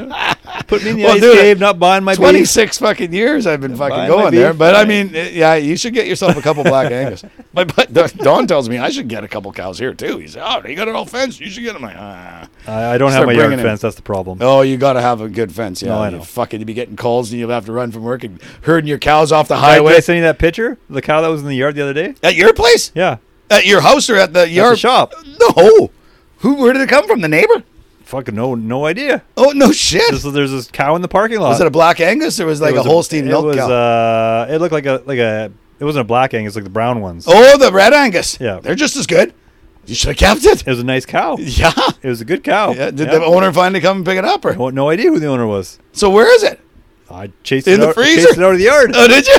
A: now. Yeah. Put me in the
B: Well,
A: ice
B: dude,
A: cave, not buying my beef.
B: 26 fucking years I've been fucking
A: Buying my
B: going there.
A: beef,
B: But I
A: right.
B: mean, eh, yeah, you should get yourself a couple black Angus. My but Don tells me I should get a couple cows here too. He's oh, they got it all fenced. You should get them. Like, ah.
A: I, I don't have
B: Start
A: my yard
B: bringing it.
A: fence. That's the problem.
B: Oh, you got to have a good fence. Yeah,
A: No, I
B: you
A: know.
B: fucking you be getting calls and you'll have to run from work and herding your cows off the
A: I, did I
B: highway.
A: send you that picture? The cow that was in the yard the other day?
B: At your place?
A: Yeah.
B: At your house or at the
A: At
B: yard?
A: the shop.
B: No. Who? Where did it come from? The neighbor?
A: Fucking no, no idea.
B: Oh no shit.
A: This, there's this cow in the parking lot.
B: was it a black Angus or was it like
A: uh, It was
B: a Holstein
A: it
B: milk
A: was,
B: cow?
A: Uh, it looked like a like a. It wasn't a black angus, like the brown ones.
B: oh, the red Angus.
A: Yeah.
B: they're just as good. You should have kept it.
A: It was a nice cow. It
B: Yeah.
A: was a good cow.
B: Yeah, did the owner finally come and pick it up, or
A: No, no idea who the owner was.
B: so? Where is it?
A: I chased
B: In
A: it
B: the
A: out,
B: freezer?
A: Chased it out of the yard.
B: Oh, did you?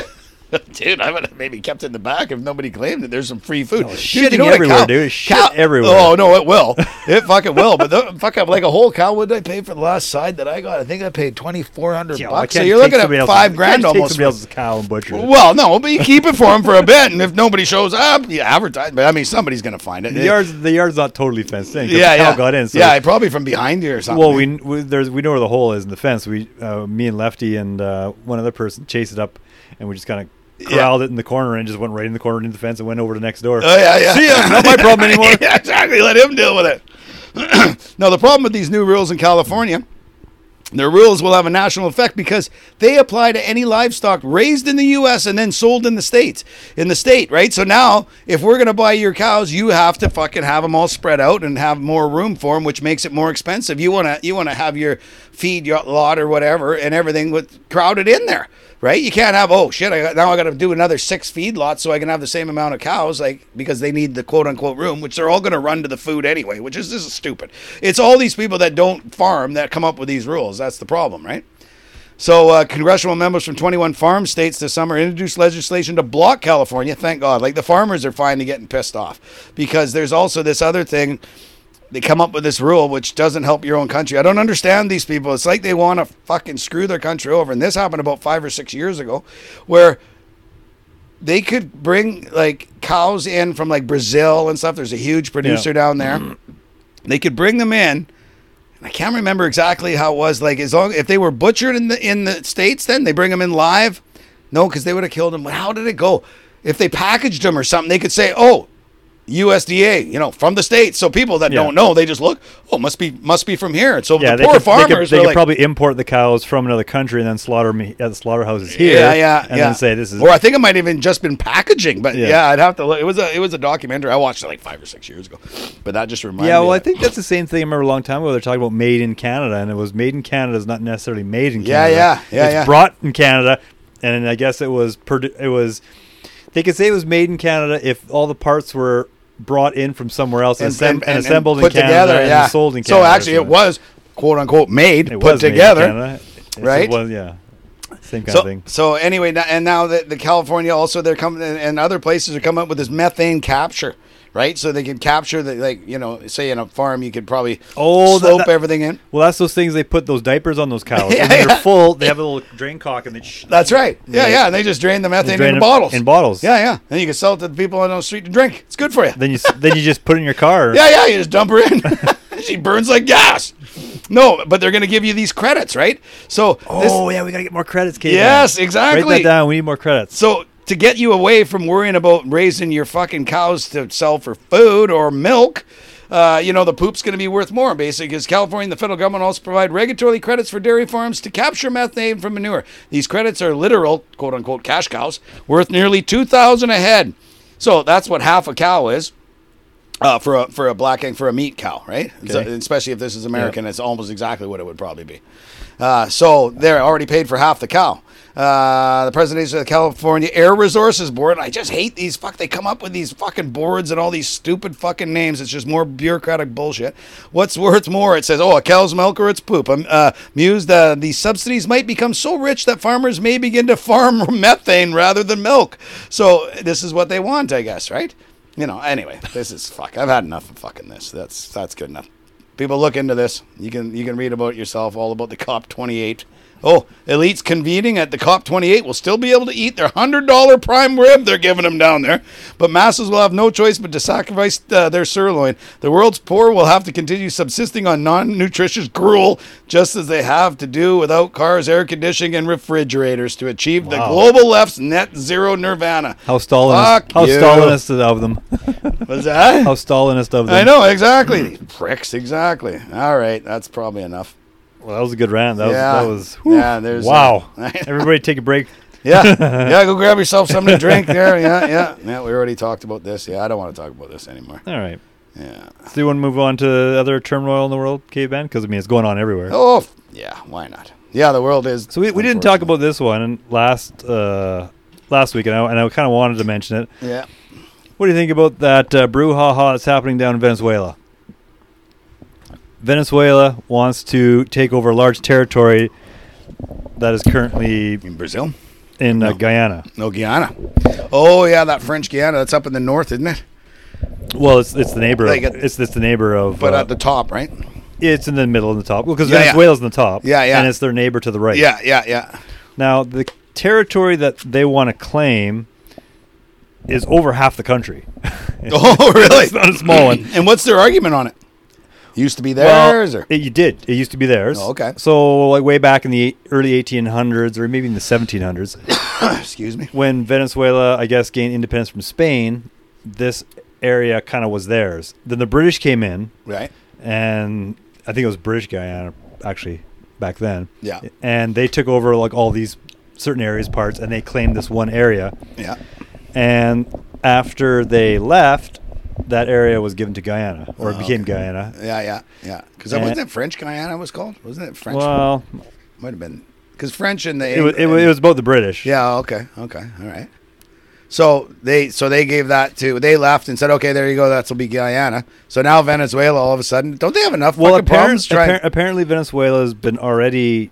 B: Dude, I would have maybe kept it in the back if nobody claimed it. There's some free food.
A: Oh,
B: Dude,
A: shitting
B: what a
A: everywhere, dude. Shit everywhere.
B: Oh no, it will. It fucking will. But the, fuck up, like a whole cow. What did I pay for the last side that I got? I think I paid twenty four hundred
A: Yeah, well, I
B: bucks. So
A: can't
B: you're
A: take
B: looking
A: somebody
B: at
A: else's-
B: five
A: I
B: grand
A: can't Take
B: almost.
A: somebody else's cow and butcher it.
B: Well, no, but you keep it for him for a bit, and if nobody shows up, you advertise. But I mean, somebody's gonna find it.
A: The yard's the yard's not totally fenced in. 'cause
B: yeah,
A: the cow
B: yeah,
A: got in. So
B: yeah, probably from behind you or something.
A: Well, we, we there's we know where the hole is in the fence. We uh, me and Lefty and uh, one other person chased it up, and we just kind of
B: Yeah.
A: corralled it in the corner and just went right in the corner into the fence and went over to next door.
B: Oh yeah, yeah.
A: See ya, not my problem anymore.
B: yeah, exactly. Let him deal with it. now the problem with these new rules in California Their rules will have a national effect because they apply to any livestock raised in the U.S. and then sold in the states, in the state, right? So now, if we're going to buy your cows, you have to fucking have them all spread out and have more room for them, which makes it more expensive. You want to you want to have your feed your lot or whatever and everything with crowded in there, right? You can't have oh shit, I got, now I got to do another six feed lots so I can have the same amount of cows, like because they need the quote unquote room, which they're all going to run to the food anyway, which is this is stupid. It's all these people that don't farm that come up with these rules. That's the problem, right? So, uh, congressional members from 21 farm states this summer introduced legislation to block California. Thank God. Like, the farmers are finally getting pissed off because there's also this other thing. They come up with this rule which doesn't help your own country. I don't understand these people. It's like they want to fucking screw their country over. And this happened about five or six years ago where they could bring like cows in from like Brazil and stuff. There's a huge producer down there. They could bring them in. I can't remember exactly how it was. Like as long if they were butchered in the in the states, then they bring them in live. No, because they would have killed them. How did it go? If they packaged them or something, they could say, "Oh, USDA," you know, from the states. So people that
A: Yeah.
B: don't know, they just look, "Oh, must be must be from here." So
A: Yeah,
B: the
A: they could,
B: poor
A: they could-
B: farmers
A: they
B: are
A: could
B: like,
A: probably import the cows from another country and then slaughter me at the slaughterhouses here.
B: Yeah, yeah,
A: and
B: yeah.
A: then say this is
B: Or I think it might have even just been packaging, but yeah.
A: Yeah.
B: I'd have to look. It was a it was a documentary. I watched it like five or six years ago, but that just reminded
A: Yeah,
B: me.
A: well, I
B: of it.
A: think that's the same thing. I remember a long time ago they're talking about made in Canada, and it was made in Canada is not necessarily made in
B: Yeah,
A: Canada.
B: yeah, yeah,
A: It's
B: yeah.
A: brought in Canada, and I guess it was produ- it was. They could say it was made in Canada if all the parts were brought in from somewhere else and, assemb- and, assembled in
B: put
A: Canada
B: together,
A: and
B: yeah.
A: sold in Canada.
B: So actually, it was quote unquote made,
A: it
B: put
A: was made in
B: together.
A: Canada. It's-
B: right?
A: It was, yeah, same kind
B: so,
A: of thing.
B: so anyway, no- and now that the California also they're coming and- and other places are coming up with this methane capture, right? So they can capture the like you know say in a farm you could probably
A: Oh, that-
B: slope
A: that-
B: everything in.
A: Well, that's those things they put those diapers on those cows.
B: Yeah,
A: and they're
B: yeah.
A: full. They have a little drain cock and they. Sh-
B: That's right. Yeah, yeah. And they just drain the methane
A: drain
B: in
A: it
B: bottles.
A: in bottles.
B: Yeah, yeah. And you can sell it to the people on the street to drink. It's good for you.
A: then you s- then you just put it in your car.
B: Yeah, yeah, you just dump her in. she burns like gas. No, but they're going to give you these credits, right? So
A: Oh yeah, we gotta get more credits, Kate.
B: Yes,
A: Write
B: exactly.
A: that down. We need more credits.
B: So to get you away from worrying about raising your fucking cows to sell for food or milk, uh, you know the poop's going to be worth more. Basically, because California and the federal government also provide regulatory credits for dairy farms to capture methane from manure. These credits are literal, quote unquote, cash cows worth nearly two thousand a head. So that's what half a cow is. Uh, for a for a black egg for a meat cow, right? So-
A: Okay.
B: especially if this is American, it's almost exactly what it would probably be. Uh, so they're already paid for half the cow. Uh, the president of the California Air Resources Board. I just hate these. Fuck, they come up with these fucking boards and all these stupid fucking names. It's just more bureaucratic bullshit. What's worth more? It says, oh, a cow's milk or its poop. I'm uh, mused. Uh, these subsidies might become so rich that farmers may begin to farm methane rather than milk. So this is what they want, I guess, right? you know, anyway, this is fuck. I've had enough of fucking this. That's that's good enough. People look into this. You can you can read about it yourself, all about the COP 28. Oh, elites convening at the COP 28 will still be able to eat their hundred dollar prime rib they're giving them down there, but masses will have no choice but to sacrifice uh, their sirloin. The world's poor will have to continue subsisting on non-nutritious gruel, just as they have to do without cars, air conditioning, and refrigerators to achieve the
A: Wow.
B: global left's net zero nirvana.
A: How Stalinist?
B: Fuck
A: How
B: you.
A: Stalinist of them?
B: Was that?
A: How Stalinist of them?
B: I know exactly. Pricks, exactly. All right, that's probably enough.
A: Well, that was a good rant. That
B: Yeah.
A: was that was. whew,
B: Yeah, there's,
A: wow.
B: uh,
A: Everybody, take a break.
B: Yeah, yeah. Go grab yourself something to drink there. Yeah, yeah, yeah. We already talked about this. Yeah, I don't want to talk about this anymore.
A: All right.
B: Yeah.
A: So you want to move on to other turmoil in the world, Cave Man? Because I mean, it's going on everywhere.
B: Oh, f- yeah. Why not? Yeah, the world is.
A: So we, we didn't talk about this one and last uh, last week, and I, and I kind of wanted to mention it.
B: Yeah.
A: What do you think about that uh, brouhaha that's happening down in Venezuela? Venezuela wants to take over large territory that is currently
B: In Brazil,
A: in uh, Guyana.
B: no Guyana. Oh yeah, that French Guyana. That's up in the north, isn't it?
A: Well, it's it's the neighbor.
B: They
A: Of,
B: got-
A: it's it's the neighbor of.
B: But
A: uh,
B: at the top, right?
A: it's in the middle in the top. Well, because
B: Yeah, yeah.
A: Venezuela's in the top.
B: Yeah, yeah.
A: And it's their neighbor to the right.
B: Yeah, yeah, yeah.
A: Now the territory that they want to claim is over half the country.
B: Oh really?
A: it's not a small one.
B: And what's their argument on it? Used to be
A: Well,
B: theirs, or
A: it, you did. It used to be theirs.
B: Oh, okay.
A: So, like way back in the eight- early 1800s, or maybe in the 1700s,
B: excuse me.
A: when Venezuela, I guess, gained independence from Spain, this area kind of was theirs. Then the British came in,
B: Right.
A: and I think it was British Guyana, actually. back then.
B: Yeah.
A: And they took over like all these certain areas parts and they claimed this one area.
B: Yeah.
A: And after they left, that area was given to Guyana or
B: Oh,
A: it became Guyana.
B: Yeah, yeah, yeah. Because that
A: Eh.
B: wasn't that French Guyana was called. Wasn't it French?
A: Well,
B: Might have been because French and the
A: it was, it, wa- it was both the British.
B: Yeah. Okay. Okay. All right. So they so they gave that to they left and said okay there you go that's will be Guyana so now Venezuela all of a sudden don't they have enough
A: Well,
B: fucking
A: apparent,
B: problems trying
A: appar- apparently Venezuela's been already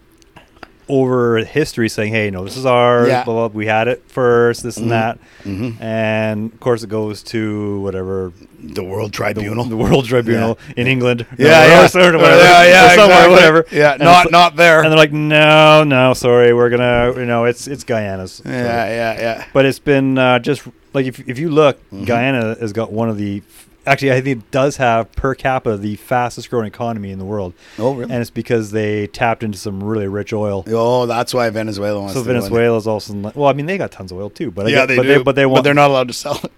A: over history saying, "Hey, no, this is ours.
B: Yeah.
A: Blah, blah, we had it first. This and that."
B: Mhm.
A: And of course, it goes to whatever
B: the world tribunal
A: the World Tribunal in England. No,
B: yeah yeah
A: or whatever,
B: yeah yeah
A: or somewhere,
B: exactly.
A: whatever.
B: yeah
A: And
B: not
A: it's-
B: not there
A: And they're like, "No, no, sorry, we're gonna, you know, it's it's Guyana's."
B: yeah yeah yeah
A: But it's been uh, just like if if you look,
B: Mm-hmm.
A: Guyana has got one of the. Actually, I think it does have per capita the fastest growing economy in the world.
B: oh really
A: and it's because they tapped into some really rich oil.
B: oh that's why Venezuela wants
A: So
B: to go in there.
A: Venezuela is also in- well. I mean, they got tons of oil too, but I
B: yeah
A: guess-
B: they
A: but
B: do
A: they but they want
B: they're not allowed to sell it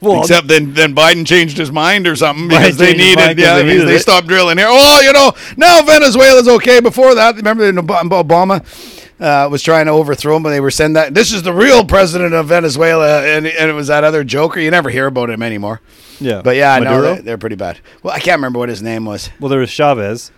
A: well,
B: Except then, then Biden changed his mind or something
A: Biden
B: because they
A: changed his
B: needed,
A: mind 'cause
B: yeah,
A: they
B: because
A: needed
B: they
A: it.
B: stopped drilling here. Well, you know, now Venezuela's okay. Before that, remember when Ob- Obama uh, was trying to overthrow him, but they were sending that. This is the real president of Venezuela, and, and it was that other joker. You never hear about him anymore.
A: yeah,
B: But yeah, no,
A: Maduro?
B: they- they're pretty bad. Well, I can't remember what his name was
A: well, there was Chavez,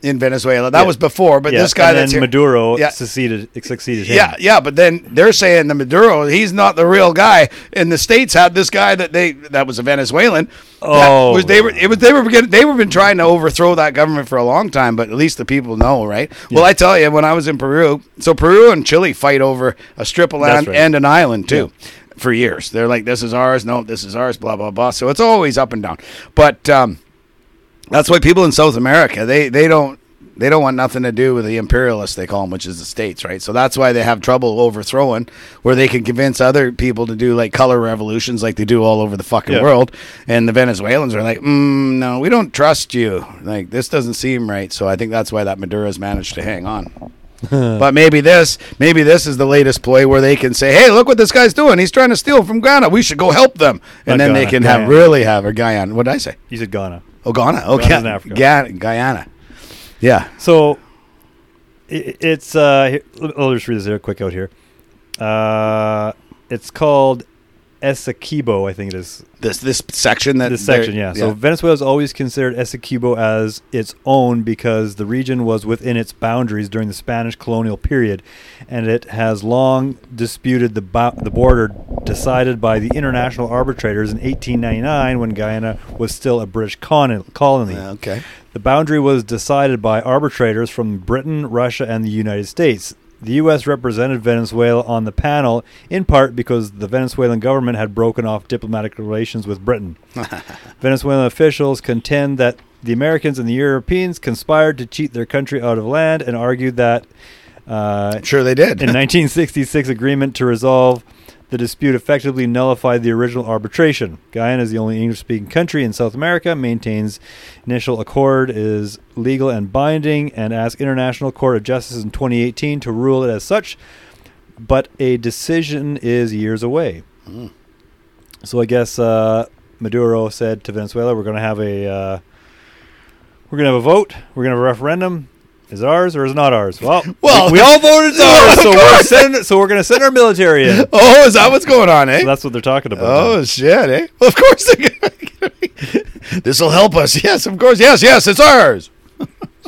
B: in Venezuela. That
A: Yeah.
B: was before, but
A: yeah,
B: this guy
A: and
B: that's
A: then
B: here-
A: Maduro
B: Yeah.
A: succeeded succeeded him.
B: Yeah, yeah, but then they're saying the Maduro, he's not the real guy. And the states had this guy that they that was a Venezuelan. that
A: Oh,
B: was, they were
A: yeah.
B: it was they were getting, they were been trying to overthrow that government for a long time, but at least the people know, right? Well, I tell you, when I was in Peru, so Peru and Chile fight over a strip of land
A: That's right.
B: and an island too. For years, they're like, "This is ours." No, this is ours. Blah blah blah. So it's always up and down. But um, that's why people in South America they they don't they don't want nothing to do with the imperialists they call them, which is the states, right? So that's why they have trouble overthrowing, where they can convince other people to do like color revolutions, like they do all over the fucking
A: Yeah.
B: world. And the Venezuelans are like, mm, no, we don't trust you. Like this doesn't seem right. So I think that's why that Maduro's managed to hang on. But maybe this, maybe this is the latest ploy where they can say, "Hey, look what this guy's doing. He's trying to steal from Ghana. We should go help them." And
A: Not
B: then they
A: Ghana,
B: can have
A: Guyana.
B: really have a Guyana. What did I say?
A: he said Ghana.
B: Oh, Ghana. Oh,
A: Ghana's in
B: Ga-
A: Africa.
B: Ga- Guyana. Yeah.
A: So it, it's uh, here- I'll just read this real quick out here. Uh, it's called Essequibo, I think it is.
B: This this section that
A: this section, yeah. So Venezuela is always considered Essequibo as its own because the region was within its boundaries during the Spanish colonial period, and it has long disputed the bo- the border decided by the international arbitrators in 1899 when Guyana was still a British colony. colony.
B: Yeah, okay.
A: The boundary was decided by arbitrators from Britain, Russia, and the United States. The U.S. represented Venezuela on the panel in part because the Venezuelan government had broken off diplomatic relations with Britain. Venezuelan officials contend that the Americans and the Europeans conspired to cheat their country out of land and argued that uh,
B: Sure, they did.
A: in 1966 agreement to resolve the dispute effectively nullified the original arbitration. Guyana is the only English-speaking country in South America. Maintains initial accord is legal and binding, and asked International Court of Justice in 2018 to rule it as such. But a decision is years away. So I guess uh, Maduro said to Venezuela, "We're going to have a uh, we're going to have a vote. We're going to have a referendum. Is it ours or is it not ours? Well,
B: Well,
A: we, we all voted it's
B: Yeah,
A: ours,
B: of
A: so we're
B: course.
A: send, so we're going to send our military in. So
B: oh, is that what's going on, eh?
A: that's what they're talking about.
B: Oh shit, eh? Well, of course they're gonna. this will help us. Yes, of course. Yes, yes, it's ours.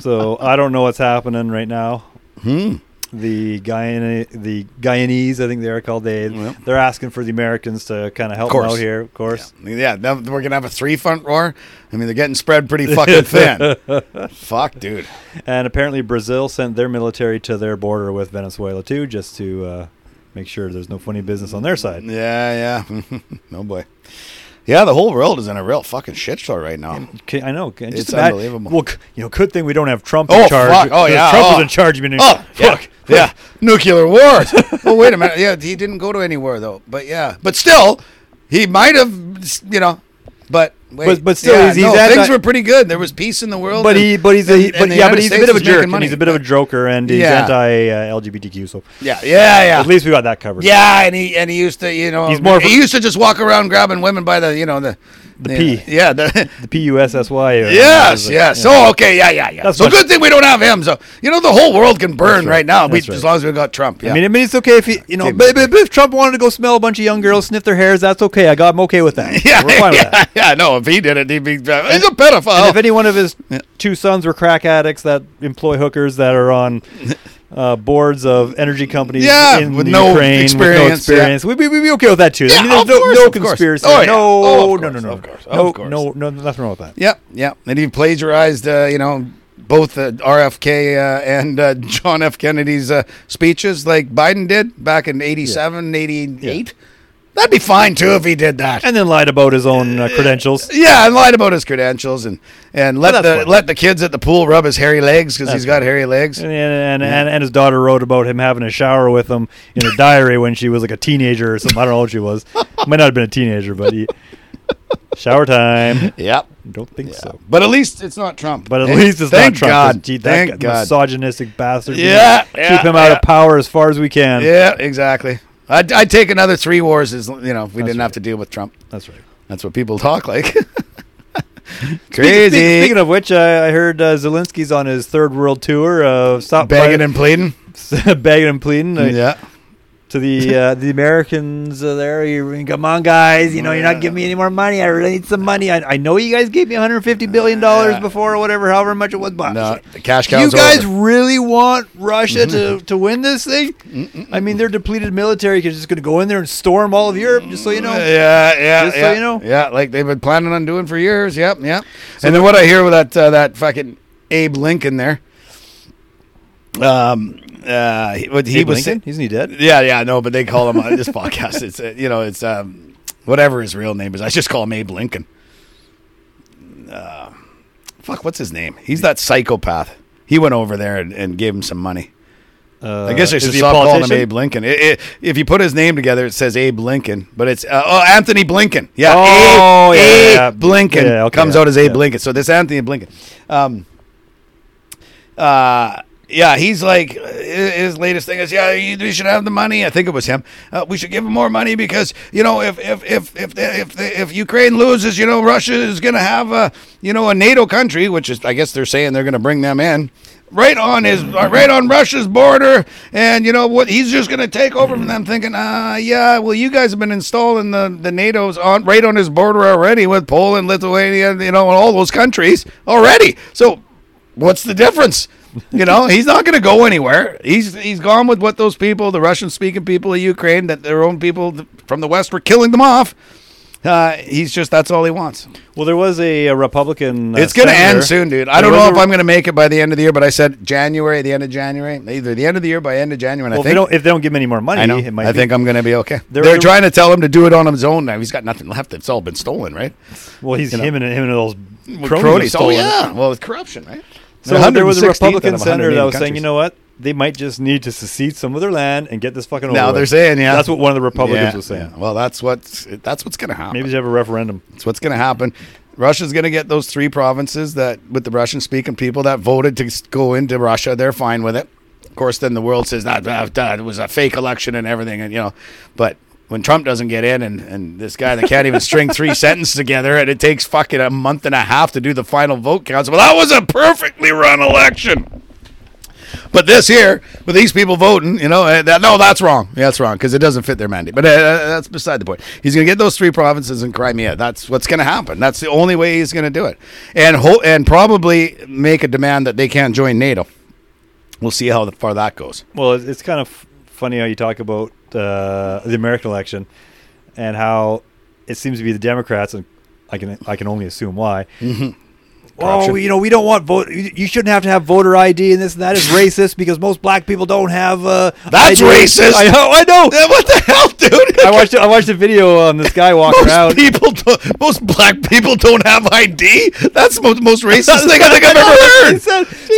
A: So I don't know what's happening right now.
B: Hmm.
A: The Guyana, the Guyanese, I think they are called. They
B: Yeah.
A: they're asking for the Americans to kind of help them
B: course.
A: out here. Of course,
B: Yeah, now we're gonna have a three front roar. I mean, they're getting spread pretty fucking thin. Fuck, dude.
A: and apparently Brazil sent their military to their border with Venezuela too, just to uh, make sure there's no funny business on their side.
B: Yeah, yeah. no boy. Yeah, the whole world is in a real fucking shitstorm right now.
A: Can, I know. Can, just
B: It's
A: imagine-
B: unbelievable.
A: Well, c- you know, good thing we don't have Trump
B: Oh,
A: in charge.
B: fuck. Oh,
A: If
B: yeah.
A: Trump
B: Oh.
A: was in charge. you'd be-
B: Oh,
A: fuck.
B: Yeah, yeah. nuclear wars. oh, wait a minute. Yeah, he didn't go to any war though. But yeah, but still, he might have. You know, but Wait.
A: But- but still,
B: Yeah,
A: he's- he's
B: no,
A: at
B: things
A: that-
B: were pretty good. There was peace in the world.
A: But
B: and-
A: he, but he's a,
B: and-
A: he-
B: and
A: but
B: the
A: yeah, but
B: United
A: he's a
B: States
A: bit of a
B: is making
A: jerk, and
B: money.
A: he's a bit of a joker, and he's
B: Yeah.
A: anti uh, LGBTQ. So
B: Yeah, yeah, yeah.
A: at least we got that covered.
B: Yeah, and he and he used to, you know,
A: He's more of a-
B: he used to just walk around grabbing women by the, you know, the
A: The P.
B: Yeah, the
A: the P U S S Y. uh,
B: yes,
A: is a-
B: yes.
A: yeah.
B: Oh, okay, yeah, yeah, yeah.
A: That's
B: so
A: much-
B: good thing we don't have him. So you know, the whole world can burn
A: right.
B: right. now, we,
A: That's right.
B: as long as we got Trump. Yeah.
A: I mean, I mean, it's okay if he, you know,
B: Give
A: but, but if Trump wanted to go smell a bunch of young girls, sniff their hairs, that's okay. I got, I'm okay with that.
B: yeah,
A: We're fine
B: yeah, Oh.
A: with that.
B: yeah. No, if he did it, he'd be, he's a
A: And
B: pedophile.
A: if any one of his two sons were crack addicts that employ hookers that are on uh, boards of energy companies
B: Yeah,
A: in
B: with
A: the
B: no
A: Ukraine with no
B: experience, yeah.
A: experience, we'd, be, we'd be okay with that too.
B: Yeah,
A: I mean, there's
B: of
A: no,
B: course,
A: no
B: of course.
A: conspiracy.
B: Oh, yeah.
A: no,
B: Oh, of
A: no, no,
B: course,
A: no,
B: of course,
A: no,
B: of course.
A: no, no, nothing wrong with that.
B: Yep, yep. And he plagiarized, uh, you know, both uh, RFK uh, and uh, John F. Kennedy's uh, speeches like Biden did back in 87, 88. That'd be fine too if he did that.
A: And then lied about his own uh, credentials.
B: yeah, and lied about his credentials and, and let
A: Well,
B: the
A: that's fine.
B: let the kids at the pool rub his hairy legs because he's
A: That's
B: got
A: fine.
B: hairy legs.
A: And, and, and, and his daughter wrote about him having a shower with him in a diary when she was like a teenager or something. I don't know what she was. Might not have been a teenager, but he, shower time.
B: Yep.
A: Don't think so.
B: But at least it's not Trump.
A: But at
B: Hey,
A: least it's
B: thank
A: not Trump. 'cause
B: God.
A: gee, that
B: thank
A: guy-
B: God.
A: misogynistic bastard. We
B: Yeah,
A: need to
B: yeah,
A: keep him out of power as far as we can.
B: Yeah, exactly. I'd, I'd take another three wars as you know if we didn't have
A: right.
B: to deal with Trump.
A: That's right.
B: That's what people talk like.
A: Speak-
B: Crazy.
A: Speaking of which, I, I heard uh, Zelensky's on his third world tour. Uh, stop
B: begging and pleading.
A: and begging and pleading uh,
B: yeah.
A: to the uh, the Americans uh, there. You, come on, guys! You know you're not giving me any more money. I really need some money. I, I know you guys gave me 150 billion dollars
B: Yeah.
A: before or whatever, however much it was. But
B: No, the cash
A: uh, you
B: cow's
A: guys
B: over. Mm-hmm.
A: really want Russia to, to win this thing? I mean, their depleted military is just going to go in there and storm all of Europe, just so you know.
B: yeah, yeah,
A: Just so
B: yeah.
A: you know.
B: Yeah, like they've been planning on doing for years. Yep, yep. and then what I hear with that uh, that fucking Abe Lincoln there. Um, uh, he, what he
A: Abe
B: was.
A: Lincoln? Isn't he dead?
B: Yeah, yeah, no, but they call him on this podcast. It's uh, you know, it's um, whatever his real name is. I just call him Abe Lincoln. Uh, fuck, what's his name? He's that psychopath. He went over there and, and gave him some money.
A: Uh,
B: I guess I
A: is
B: should
A: he a
B: stop calling him
A: politician?
B: Abe Lincoln. I i if you put his name together, it says Abe Lincoln, but it's uh, oh Anthony Blinken. Yeah,
A: Oh, yeah,
B: Abe, Abe
A: yeah.
B: Blinken
A: Yeah, okay,
B: comes
A: yeah,
B: out as Abe
A: yeah.
B: Lincoln. So this Anthony Blinken, um, uh, yeah, he's like uh, his latest thing is yeah, you, we should have the money. I think it was him. Uh, we should give him more money because you know if if if if they, if, they, if Ukraine loses, you know Russia is going to have a you know a NATO country, which is I guess they're saying they're going to bring them in right on his uh, right on Russia's border, and you know what? He's just going to take over from them, thinking, uh, yeah, well, you guys have been installing the the NATO's on right on his border already with Poland, Lithuania, you know, and all those countries already. So, what's the difference? You know, he's not going to go anywhere. He's he's gone with what those people, the Russian speaking people of Ukraine, that their own people th- from the West were killing them off. Uh, he's just that's all he wants.
A: Well, there was a, a Republican. uh,
B: It's going to
A: senator.
B: end soon, dude. I
A: There was
B: don't know
A: a-
B: if i I'm going to make it by the end of the year, but I said January, the end of January, either the end of the year by end of January.
A: Well,
B: And I
A: if they
B: think
A: don't if they don't give him any more money,
B: I know.
A: it might
B: I
A: be-
B: think I'm going to be okay.
A: There
B: They're
A: was a-
B: trying to tell him to do it on his own now. He's got nothing left. It's all been stolen, right?
A: Well, he's him and him and those cronies.
B: Cronies. Oh
A: stole it.
B: yeah. Well, it's corruption, right?
A: So
B: And
A: there was a
B: 116th out of
A: Republican senator that
B: 180
A: was saying, you
B: countries.
A: know what? They might just need to secede some of their land and get this fucking. Over
B: Now
A: with.
B: they're saying, yeah.
A: That's what one of the Republicans
B: Yeah,
A: was saying.
B: yeah. Well, that's what's that's what's going to happen.
A: Maybe they have a referendum.
B: It's what's going to happen. Russia's going to get those three provinces that, with the Russian speaking people that voted to s- go into Russia, they're fine with it. Of course, then the world says, nah, nah, nah, it was a fake election and everything, and you know, but. When Trump doesn't get in, and, and this guy that can't even string three sentences together, and it takes fucking a month and a half to do the final vote counts. Well, that was a perfectly run election. But this here, with these people voting, you know, uh, that, no, that's wrong. Yeah, that's wrong because it doesn't fit their mandate. But uh, uh, that's beside the point. He's going to get those three provinces in Crimea. That's what's going to happen. That's the only way he's going to do it, and ho- and probably make a demand that they can't join NATO. We'll see how far that goes.
A: Well, it's, it's kind of f- funny how you talk about uh, the American election and how it seems to be the Democrats, and I can I can only assume why.
B: Mm-hmm. Corruption.
A: Oh, you know, we don't want vote. You you shouldn't have to have voter ID, and this and that is racist because most black people don't have. Uh, ID.
B: That's racist.
A: I know. I know.
B: Uh, What the hell, dude?
A: I watched. I watched a video on this guy walking
B: most
A: around.
B: people, do most black people don't have ID. That's the most, most racist thing I think I've ever heard.
A: so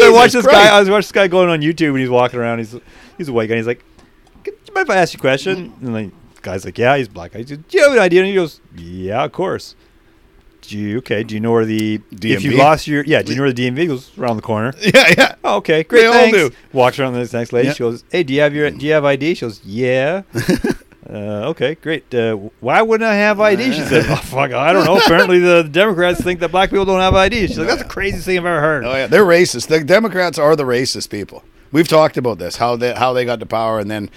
A: I watched this
B: Jesus
A: guy. I
B: Christ.
A: was watching this guy going on YouTube, and he's walking around. He's he's a white guy. He's like, "Do you mind if I ask you a question?" And the guy's like, "Yeah." He's black. I said, "Do you have an idea?" And he goes, "Yeah, of course." Do you okay? Do you know where the if you
B: DMV?
A: lost your yeah? Do you know where the DMV goes around the corner?
B: Yeah, yeah.
A: Oh, okay, great.
B: They all
A: thanks.
B: do.
A: Walks around this next lady.
B: Yeah.
A: She goes, "Hey, do you have your do you have ID?" She goes, "Yeah." uh, okay, great. Uh, why wouldn't I have ID? She said, oh, "Fuck, I don't know. Apparently, the Democrats think that black people don't have ID." She's like, "That's the craziest thing I've ever heard."
B: Oh yeah, they're racist. The Democrats are the racist people. We've talked about this how they how they got to power and then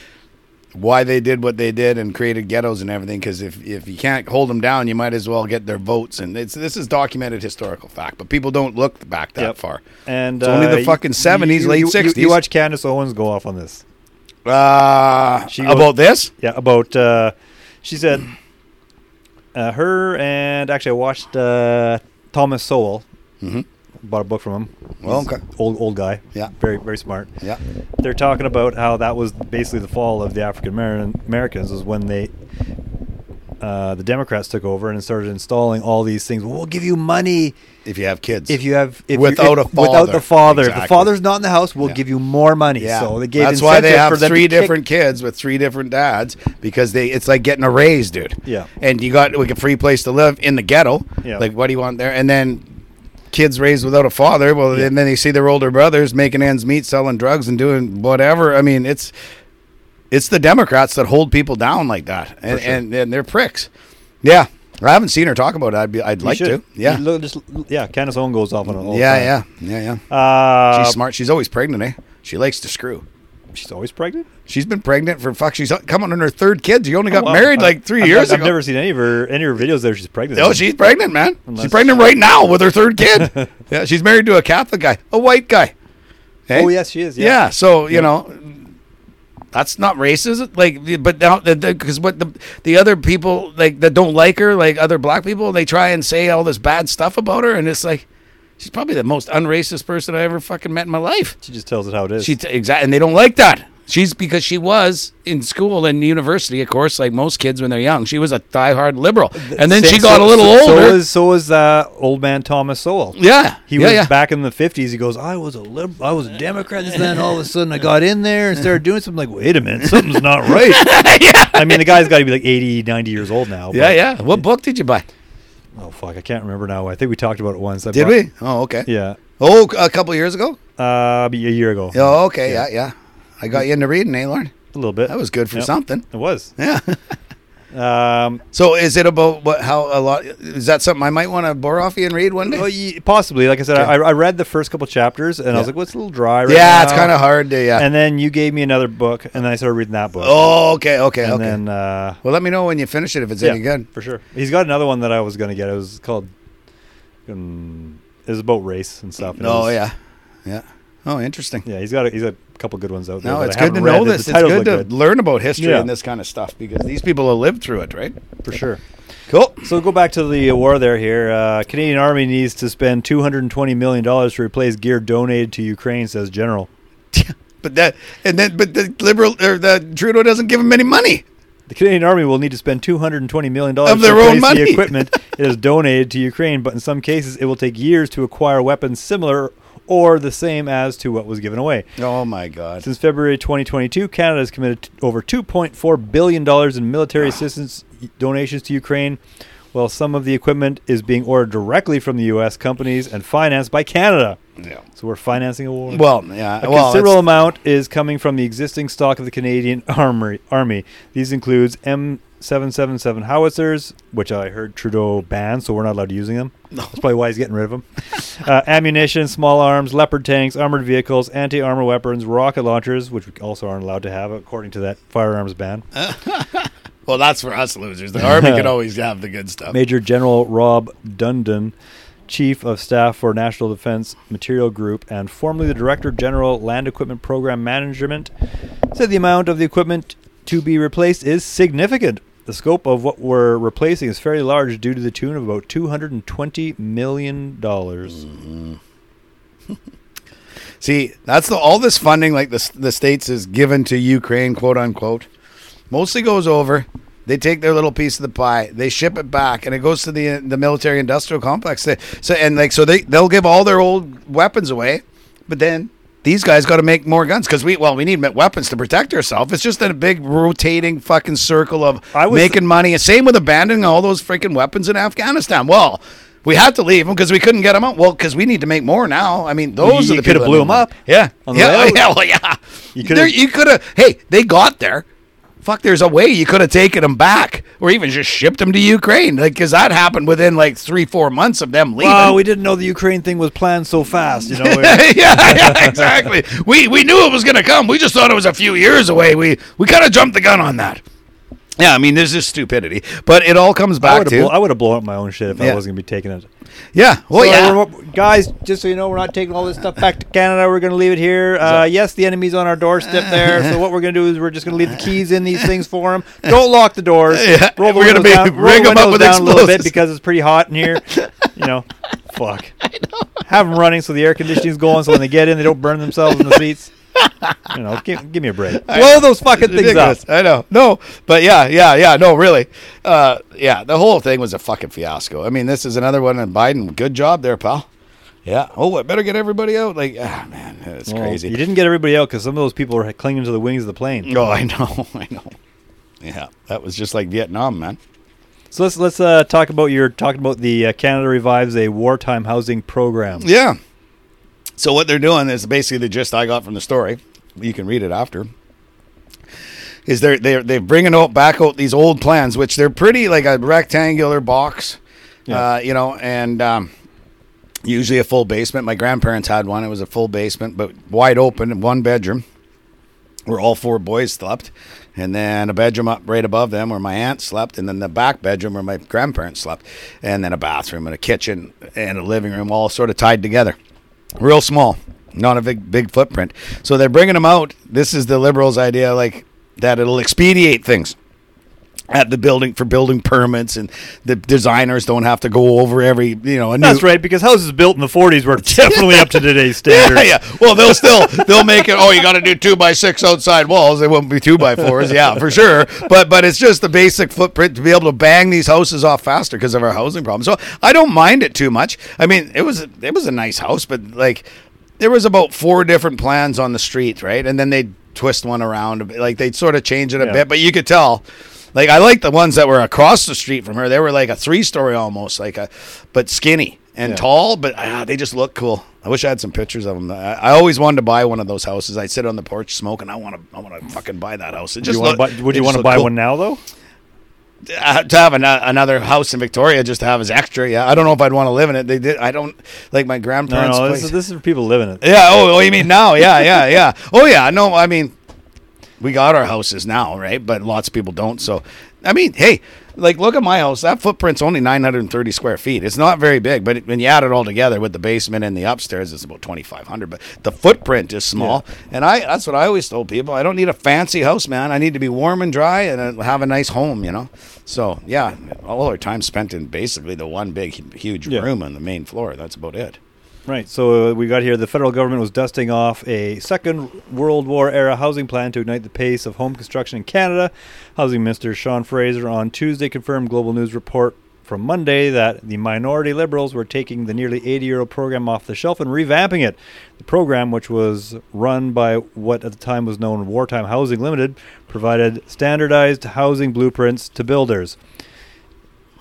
B: why they did what they did and created ghettos and everything. Because if if you can't hold them down, you might as well get their votes. And it's this is documented historical fact, but people don't look back that
A: Yep.
B: far.
A: And uh,
B: It's only the fucking 70s,
A: you-
B: late
A: you- you- You,
B: 60s.
A: watch Candace Owens go off on this.
B: Uh,
A: She
B: about
A: was-
B: this?
A: Yeah, about uh, she said uh, her and actually I watched uh, Thomas Sowell. Mm-hmm.
B: Mhm.
A: Bought a book from him.
B: Well,
A: He's
B: okay.
A: old old guy.
B: Yeah.
A: very very smart.
B: Yeah,
A: They're talking about how that was basically the fall of the African Ameri- Americans was when they. Uh, the Democrats took over and started installing all these things. We'll give you money
B: if you have kids,
A: if you have if you-
B: Without
A: if-
B: a
A: without the
B: father.
A: father. If the
B: Exactly.
A: father's not in the house, we'll
B: Yeah.
A: give you more money.
B: Yeah.
A: So they gave
B: That's why they
A: incentive
B: have
A: for them to
B: three
A: kick-
B: different kids with three different dads because they it's like getting a raise, dude.
A: Yeah.
B: And you got like a free place to live in the ghetto.
A: Yeah.
B: Like what do you want there? And then kids raised without a father. Well,
A: Yeah.
B: and then they see their older brothers making ends meet, selling drugs and doing whatever. I mean, it's it's the Democrats that hold people down like that, and
A: sure.
B: and, and they're pricks. Yeah. I haven't seen her talk about it. I'd be, I'd like
A: You
B: to.
A: should.
B: Yeah.
A: You look- just yeah. Candace Owens goes off on it. All the
B: yeah,
A: time.
B: yeah, yeah, yeah.
A: Uh,
B: She's smart. She's always pregnant, eh? She likes to screw.
A: She's always pregnant.
B: She's been pregnant for fuck. She's coming on her third kid. She only got
A: Well,
B: married
A: I-
B: like 3
A: I've-
B: years
A: I've
B: ago.
A: never seen any of her any of her videos there. She's pregnant.
B: no, she's pregnant, man.
A: Unless-
B: she's pregnant right now with her third kid. yeah, she's married to a Catholic guy, a white guy. Hey?
A: Oh yes, she is.
B: Yeah.
A: Yeah.
B: so you know, that's not racist. Like, but now because what the the other people like that don't like her, like other black people, they try and say all this bad stuff about her, and it's like she's probably the most unracist person I ever fucking met in my life.
A: She just tells it how it is.
B: She t- exactly, and they don't like that. She's because she was in school and university, of course, like most kids when they're young. She was a diehard liberal, and then she
A: Same-
B: got
A: so-
B: a little
A: so,
B: older.
A: So was so was uh, old man Thomas Sowell.
B: yeah,
A: He
B: yeah,
A: was
B: yeah.
A: back in the fifties. He goes, "I was a liberal. I was a Democrat." And then all of a sudden, I got in there and started doing something. Like, wait a minute, something's not right.
B: yeah,
A: I mean, the guy's got to be like 80, 90 years old now.
B: yeah,
A: but-
B: yeah. What book did you buy?
A: Oh fuck, I can't remember now. I think we talked about it once. I
B: Did
A: bought-
B: we? Oh, okay.
A: Yeah,
B: Oh, a couple years ago.
A: uh, a year ago.
B: Oh, okay. Yeah.
A: Yeah.
B: yeah, I got you into reading, eh, Lauren?
A: a little bit.
B: That was good for
A: Yep.
B: something.
A: It was.
B: Yeah.
A: Um,
B: so, is it about what? How a lot? Is that something I might want to borrow off you and read one day?
A: Well, ye- possibly. Like I said, I, I read the first couple chapters, and I was
B: Yeah.
A: like, "What's it's a little dry." Right
B: yeah, it's
A: now."
B: kind of hard to. Yeah.
A: And then you gave me another book, and then I started reading that book.
B: oh, okay, okay,
A: and
B: okay.
A: then uh,
B: well, let me know when you finish it if it's
A: yeah,
B: any good.
A: for sure. He's got another one that I was going to get. It was called. Um, it was about race and stuff. and it
B: Oh
A: was-
B: yeah, yeah. Oh, interesting.
A: yeah. He's got a, he's got a couple good ones out there.
B: No,
A: that I
B: it's good
A: haven't
B: to
A: read.
B: know
A: The
B: this. It's
A: titles
B: good
A: look
B: to learn about history
A: Yeah.
B: and this kind of stuff because these people have lived through it, right?
A: for sure.
B: Cool.
A: So go back to the war there. Here, uh, Canadian Army needs to spend two hundred and twenty million dollars to replace gear donated to Ukraine, says General.
B: But that and then but the liberal or the Trudeau doesn't give them any money.
A: The Canadian Army will need to spend $220 million
B: Of their
A: to
B: own
A: replace
B: money.
A: the equipment it has donated to Ukraine, but in some cases, it will take years to acquire weapons similar or the same as to what was given away.
B: Oh my God.
A: Since February 2022, Canada has committed t- over $2.4 billion in military assistance y- donations to Ukraine, while some of the equipment is being ordered directly from the U.S. companies and financed by Canada.
B: Yeah.
A: So we're financing a war.
B: Well, yeah.
A: A
B: well,
A: considerable
B: it's-
A: amount is coming from the existing stock of the Canadian Armory, Army. These includes M777 howitzers, which I heard Trudeau banned, so we're not allowed to using them. That's probably why he's getting rid of them. uh, ammunition, small arms, leopard tanks, armored vehicles, anti-armor weapons, rocket launchers, which we also aren't allowed to have according to that firearms ban.
B: well, that's for us losers. The army can always have the good stuff.
A: Major General Rob Dundon, Chief of Staff for National Defense Material Group and formerly the Director General Land Equipment Program Management, said the amount of the equipment to be replaced is significant. The scope of what we're replacing is fairly large due to the tune of about $220 million.
B: Hmm. See, that's the all this funding, like the the states is given to Ukraine, quote unquote, mostly goes over. They take their little piece of the pie, they ship it back, and it goes to the the military industrial complex. They, so and like so they they'll give all their old weapons away, but then these guys got to make more guns because we well we need weapons to protect ourselves. It's just a big rotating fucking circle of
A: I was-
B: making money. Same with abandoning all those freaking weapons in Afghanistan. Well. We had to leave them because we couldn't get them out. Well, because we need to make more now. I mean, those
A: You
B: are the
A: coulda
B: people that
A: blew
B: made
A: 'em up
B: Yeah,
A: on the way
B: yeah,
A: out.
B: yeah, well, yeah.
A: You
B: There-
A: coulda-
B: You could have. Hey, they got there. Fuck, there's a way you could have taken them back, or even just shipped them to Ukraine, like because that happened within like three, four months of them leaving.
A: Wow, we didn't know the Ukraine thing was planned so fast. You know, We're-
B: yeah, yeah, exactly. We we knew it was going to come. We just thought it was a few years away. We we kind of jumped the gun on that. Yeah, I mean, there's just stupidity, but it all comes
A: I
B: back
A: would
B: to
A: have blown, I would have blown up my own shit if
B: Yeah.
A: I wasn't gonna be taking it.
B: yeah. Well,
A: So,
B: Oh, yeah.
A: we're- guys, just so you know, we're not taking all this stuff back to Canada. We're gonna leave it here. Uh, yes, the enemy's on our doorstep there. So what we're gonna do is we're just gonna leave the keys in these things for them. Don't lock the doors.
B: Yeah.
A: Roll the
B: We're gonna
A: windows
B: be-
A: down, roll
B: rig
A: the
B: 'em
A: windows
B: up with
A: down a little bit
B: explosives.
A: because it's pretty hot in here. you know, fuck. Have them running so the air conditioning's going. So when they get in, they don't burn themselves in the seats. You know, give, give me a break. Blow those fucking things up.
B: Ridiculous. I know. No, but yeah, yeah, yeah. No, really. Uh, yeah, the whole thing was a fucking fiasco. I mean, this is another one. And Biden, good job there, pal. Yeah. Oh, I better get everybody out. Like, ah, man, it's
A: Well,
B: crazy.
A: You didn't get everybody out because some of those people were clinging to the wings of the plane.
B: oh, I know. I know. Yeah, that was just like Vietnam, man.
A: So let's let's uh, talk about your talking about the uh, Canada revives a wartime housing program.
B: Yeah. So what they're doing is basically the gist I got from the story. You can read it after. Is they're they're they're bringing out back out these old plans, which they're pretty like a rectangular box, uh,
A: Yeah.
B: you know, and um, usually a full basement. My grandparents had one; it was a full basement, but wide open, and one bedroom, where all four boys slept, and then a bedroom up right above them where my aunt slept, and then the back bedroom where my grandparents slept, and then a bathroom and a kitchen and a living room, all sort of tied together, real small, not a big big footprint. So they're bringing them out. This is the liberals' idea, like that it'll expedite things at the building for building permits and the designers don't have to go over every you know a new
A: That's right, because houses built in the '40s were definitely up to today's standards.
B: yeah, yeah. Well, they'll still they'll make it. Oh, you got to do two by six outside walls. They won't be two by fours. Yeah, for sure. But but it's just the basic footprint to be able to bang these houses off faster because of our housing problem. So I don't mind it too much. I mean, it was it was a nice house, but like there was about four different plans on the street, right? And then they twist one around, a bit. like they'd sort of change it a
A: Yeah.
B: bit, but you could tell. Like I like the ones that were across the street from her. They were like a three-story almost, like a, but skinny and
A: Yeah.
B: tall all, but ah, they just look cool. I wish I had some pictures of them. I, I always wanted to buy one of those houses. I'd sit on the porch smoking. I want to. I want to fucking buy that house.
A: Do
B: It just
A: you wanna
B: look-
A: buy- would
B: they
A: you
B: just
A: want to
B: look
A: buy
B: cool.
A: one now though?
B: Uh, to have an, another house in Victoria just to have as extra? Yeah, I don't know if I'd want to live in it. They did. I don't like my
A: No,
B: grandparents.
A: no,
B: place.
A: this is, this is for people living it.
B: yeah. Oh, oh, you mean now? Yeah, yeah, yeah. Oh, yeah. No, I mean, we got our houses now, right? But lots of people don't. So, I mean, hey, like look at my house. That footprint's only 930 square feet. It's not very big, but it- when you add it all together with the basement and the upstairs, it's about 2,500. But the footprint is small. And I that's what I always told people. I don't need a fancy house, man. I need to be warm and dry and uh, have a nice home, you know? So, yeah, all our time spent in basically the one big, huge
A: Yeah.
B: room on the main floor. That's about it.
A: Right. So uh, we got here. The federal government was dusting off a second World War era housing plan to ignite the pace of home construction in Canada. Housing Minister Sean Fraser on Tuesday confirmed Global News report from Monday that the minority liberals were taking the nearly 80 year old program off the shelf and revamping it. The program, which was run by what at the time was known Wartime Housing Limited, provided standardized housing blueprints to builders.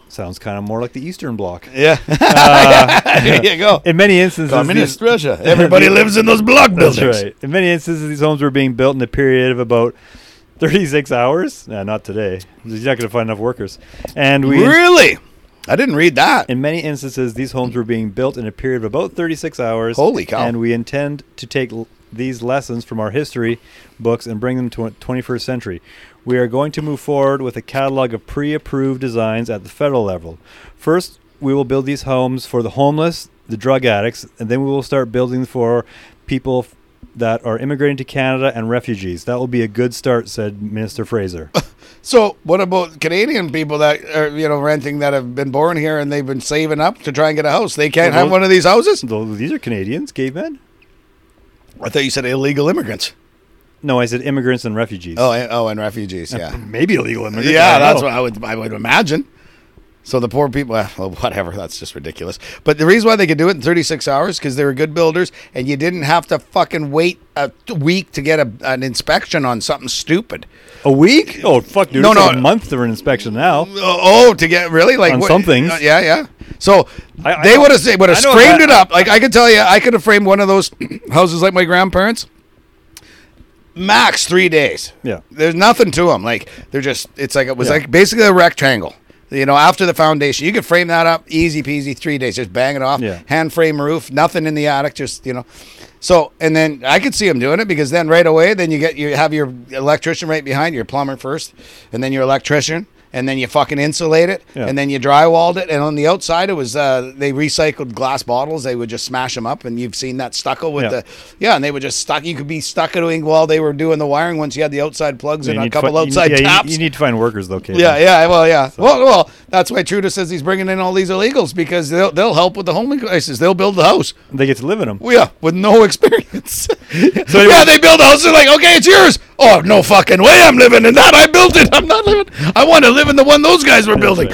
A: Sounds kind of more like the Eastern Bloc.
B: Yeah. there you go.
A: In many instances, Uh, the-
B: Communist Russia. Everybody lives in those block buildings.
A: That's right. In many instances, these homes were being built in a period of about 36 hours. Nah, not today. You're not going to find enough workers. And we,
B: Really? I didn't read that.
A: in many instances, these homes were being built in a period of about 36 hours.
B: Holy cow.
A: And we intend to take l- these lessons from our history books and bring them to a 21st century. We are going to move forward with a catalog of pre-approved designs at the federal level. First, we will build these homes for the homeless, the drug addicts, and then we will start building for people f- that are immigrating to Canada and refugees. That will be a good start, said Minister Fraser.
B: So, what about Canadian people that are, you know, renting that have been born here and they've been saving up to try and get a house? They can't
A: Well,
B: have
A: those-
B: one of these houses?
A: Though These are Canadians, cavemen.
B: I thought you said illegal immigrants.
A: No, I said immigrants and refugees.
B: Oh, and, oh, and refugees, yeah.
A: maybe illegal immigrants.
B: yeah, that's what I would I would imagine. So the poor people, ah, well, whatever, that's just ridiculous. But the reason why they could do it in 36 hours because they were good builders, and you didn't have to fucking wait a t- week to get a, an inspection on something stupid.
A: A week? Oh fuck, dude!
B: No,
A: it's
B: no.
A: a month for an inspection now.
B: Oh, oh, to get really like
A: On
B: what-
A: some things.
B: uh, yeah, yeah. So
A: I- I
B: they
A: know-
B: would have would have
A: I know
B: framed
A: that-
B: it up. Like I could tell you, I could have framed one of those houses like my grandparents. Max three days.
A: Yeah.
B: there's nothing to them. Like they're just. It's like it was
A: Yeah.
B: like basically a rectangle. You know, after the foundation, you could frame that up easy peasy. Three days, just bang it off.
A: Yeah.
B: Hand frame roof, nothing in the attic. Just you know. So and then I could see them doing it because then right away, then you get you have your electrician right behind your plumber first, and then your electrician, and then you fucking insulate it,
A: Yeah.
B: and then you drywalled it, and on the outside it was uh, they recycled glass bottles. They would just smash them up, and you've seen that stucco with
A: Yeah.
B: the yeah, and they would just stuck. You could be stuccoing while they were doing the wiring once you had the outside plugs and
A: You
B: a
A: need to fi-
B: couple
A: you need-
B: outside
A: yeah, you-
B: taps.
A: You, need to find workers though, Caitlin.
B: yeah, yeah, well, yeah. Well, well, that's why Trudeau says he's bringing in all these illegals because they'll they'll help with the homing crisis. They'll build the house.
A: They get to live in them.
B: Well, yeah, with no experience.
A: anyway-
B: yeah, they build a house. They're like, okay, it's yours. Oh, no fucking way! I'm living in that. I built it. I'm not living. I want to live in the one those guys were building.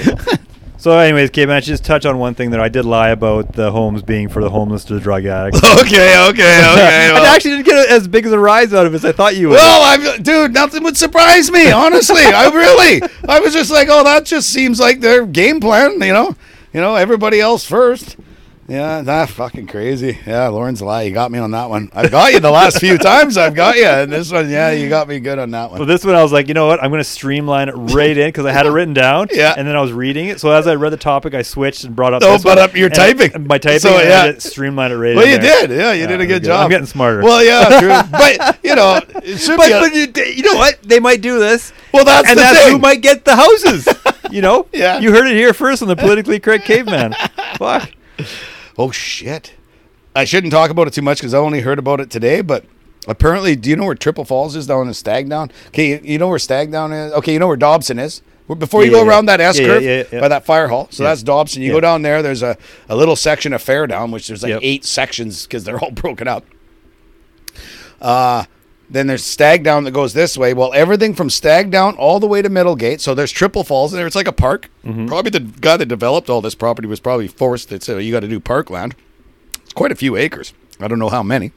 A: So, anyways, Caitlin, I should just touch on one thing that I did lie about the homes being for the homeless to the drug addicts.
B: okay, okay,
A: I
B: okay. well.
A: actually didn't get as big as a rise out of it as I thought you would.
B: Well, I dude, nothing would surprise me. Honestly, I really, I was just like, oh, that just seems like their game plan. You know, you know, everybody else first. Yeah, that fucking crazy. Yeah, Lauren's lie. You got me on that one. I've got you the last few times. I've got you, and this one, yeah, you got me good on that
A: But
B: one.
A: this one, I was like, you know what? I'm going to streamline it right in because I had it written down.
B: Yeah.
A: And then I was reading it. So as I read the topic, I switched and brought up.
B: Oh,
A: this one,
B: but up your
A: and-
B: typing.
A: and by typing,
B: So,
A: and I
B: yeah.
A: did streamline it right.
B: Well,
A: in
B: you
A: there.
B: did. Yeah, you did a
A: I'm
B: good
A: good.
B: job.
A: I'm getting smarter.
B: Well, yeah, true. but you know, it should be a-
A: you, you know what? They might do this.
B: well, that's
A: and
B: the
A: that's
B: thing.
A: who might get the houses. You know?
B: Yeah.
A: You heard it here first on the politically correct caveman. Fuck.
B: Oh shit! I shouldn't talk about it too much because I only heard about it today. But apparently, do you know where Triple Falls is down in Stagdown? Okay, you, you know where Stagdown is. Okay, you know where Dobson is. Where- Before you
A: Yeah,
B: go
A: yeah.
B: around that S
A: Yeah,
B: curve
A: yeah, yeah, yeah.
B: by that fire hall, so
A: Yeah.
B: that's Dobson. You
A: Yeah.
B: go down there. There's a, a little section of Fairdown, which there's like
A: Yep.
B: eight sections because they're all broken up. Uh, then there's Stagdown that goes this way. Well, everything from Stagdown all the way to Middlegate. So there's Triple Falls in there. It's like a park.
A: Mm-hmm.
B: Probably the guy that developed all this property was probably forced to say, you got to do parkland. It's quite a few acres. I don't know how many.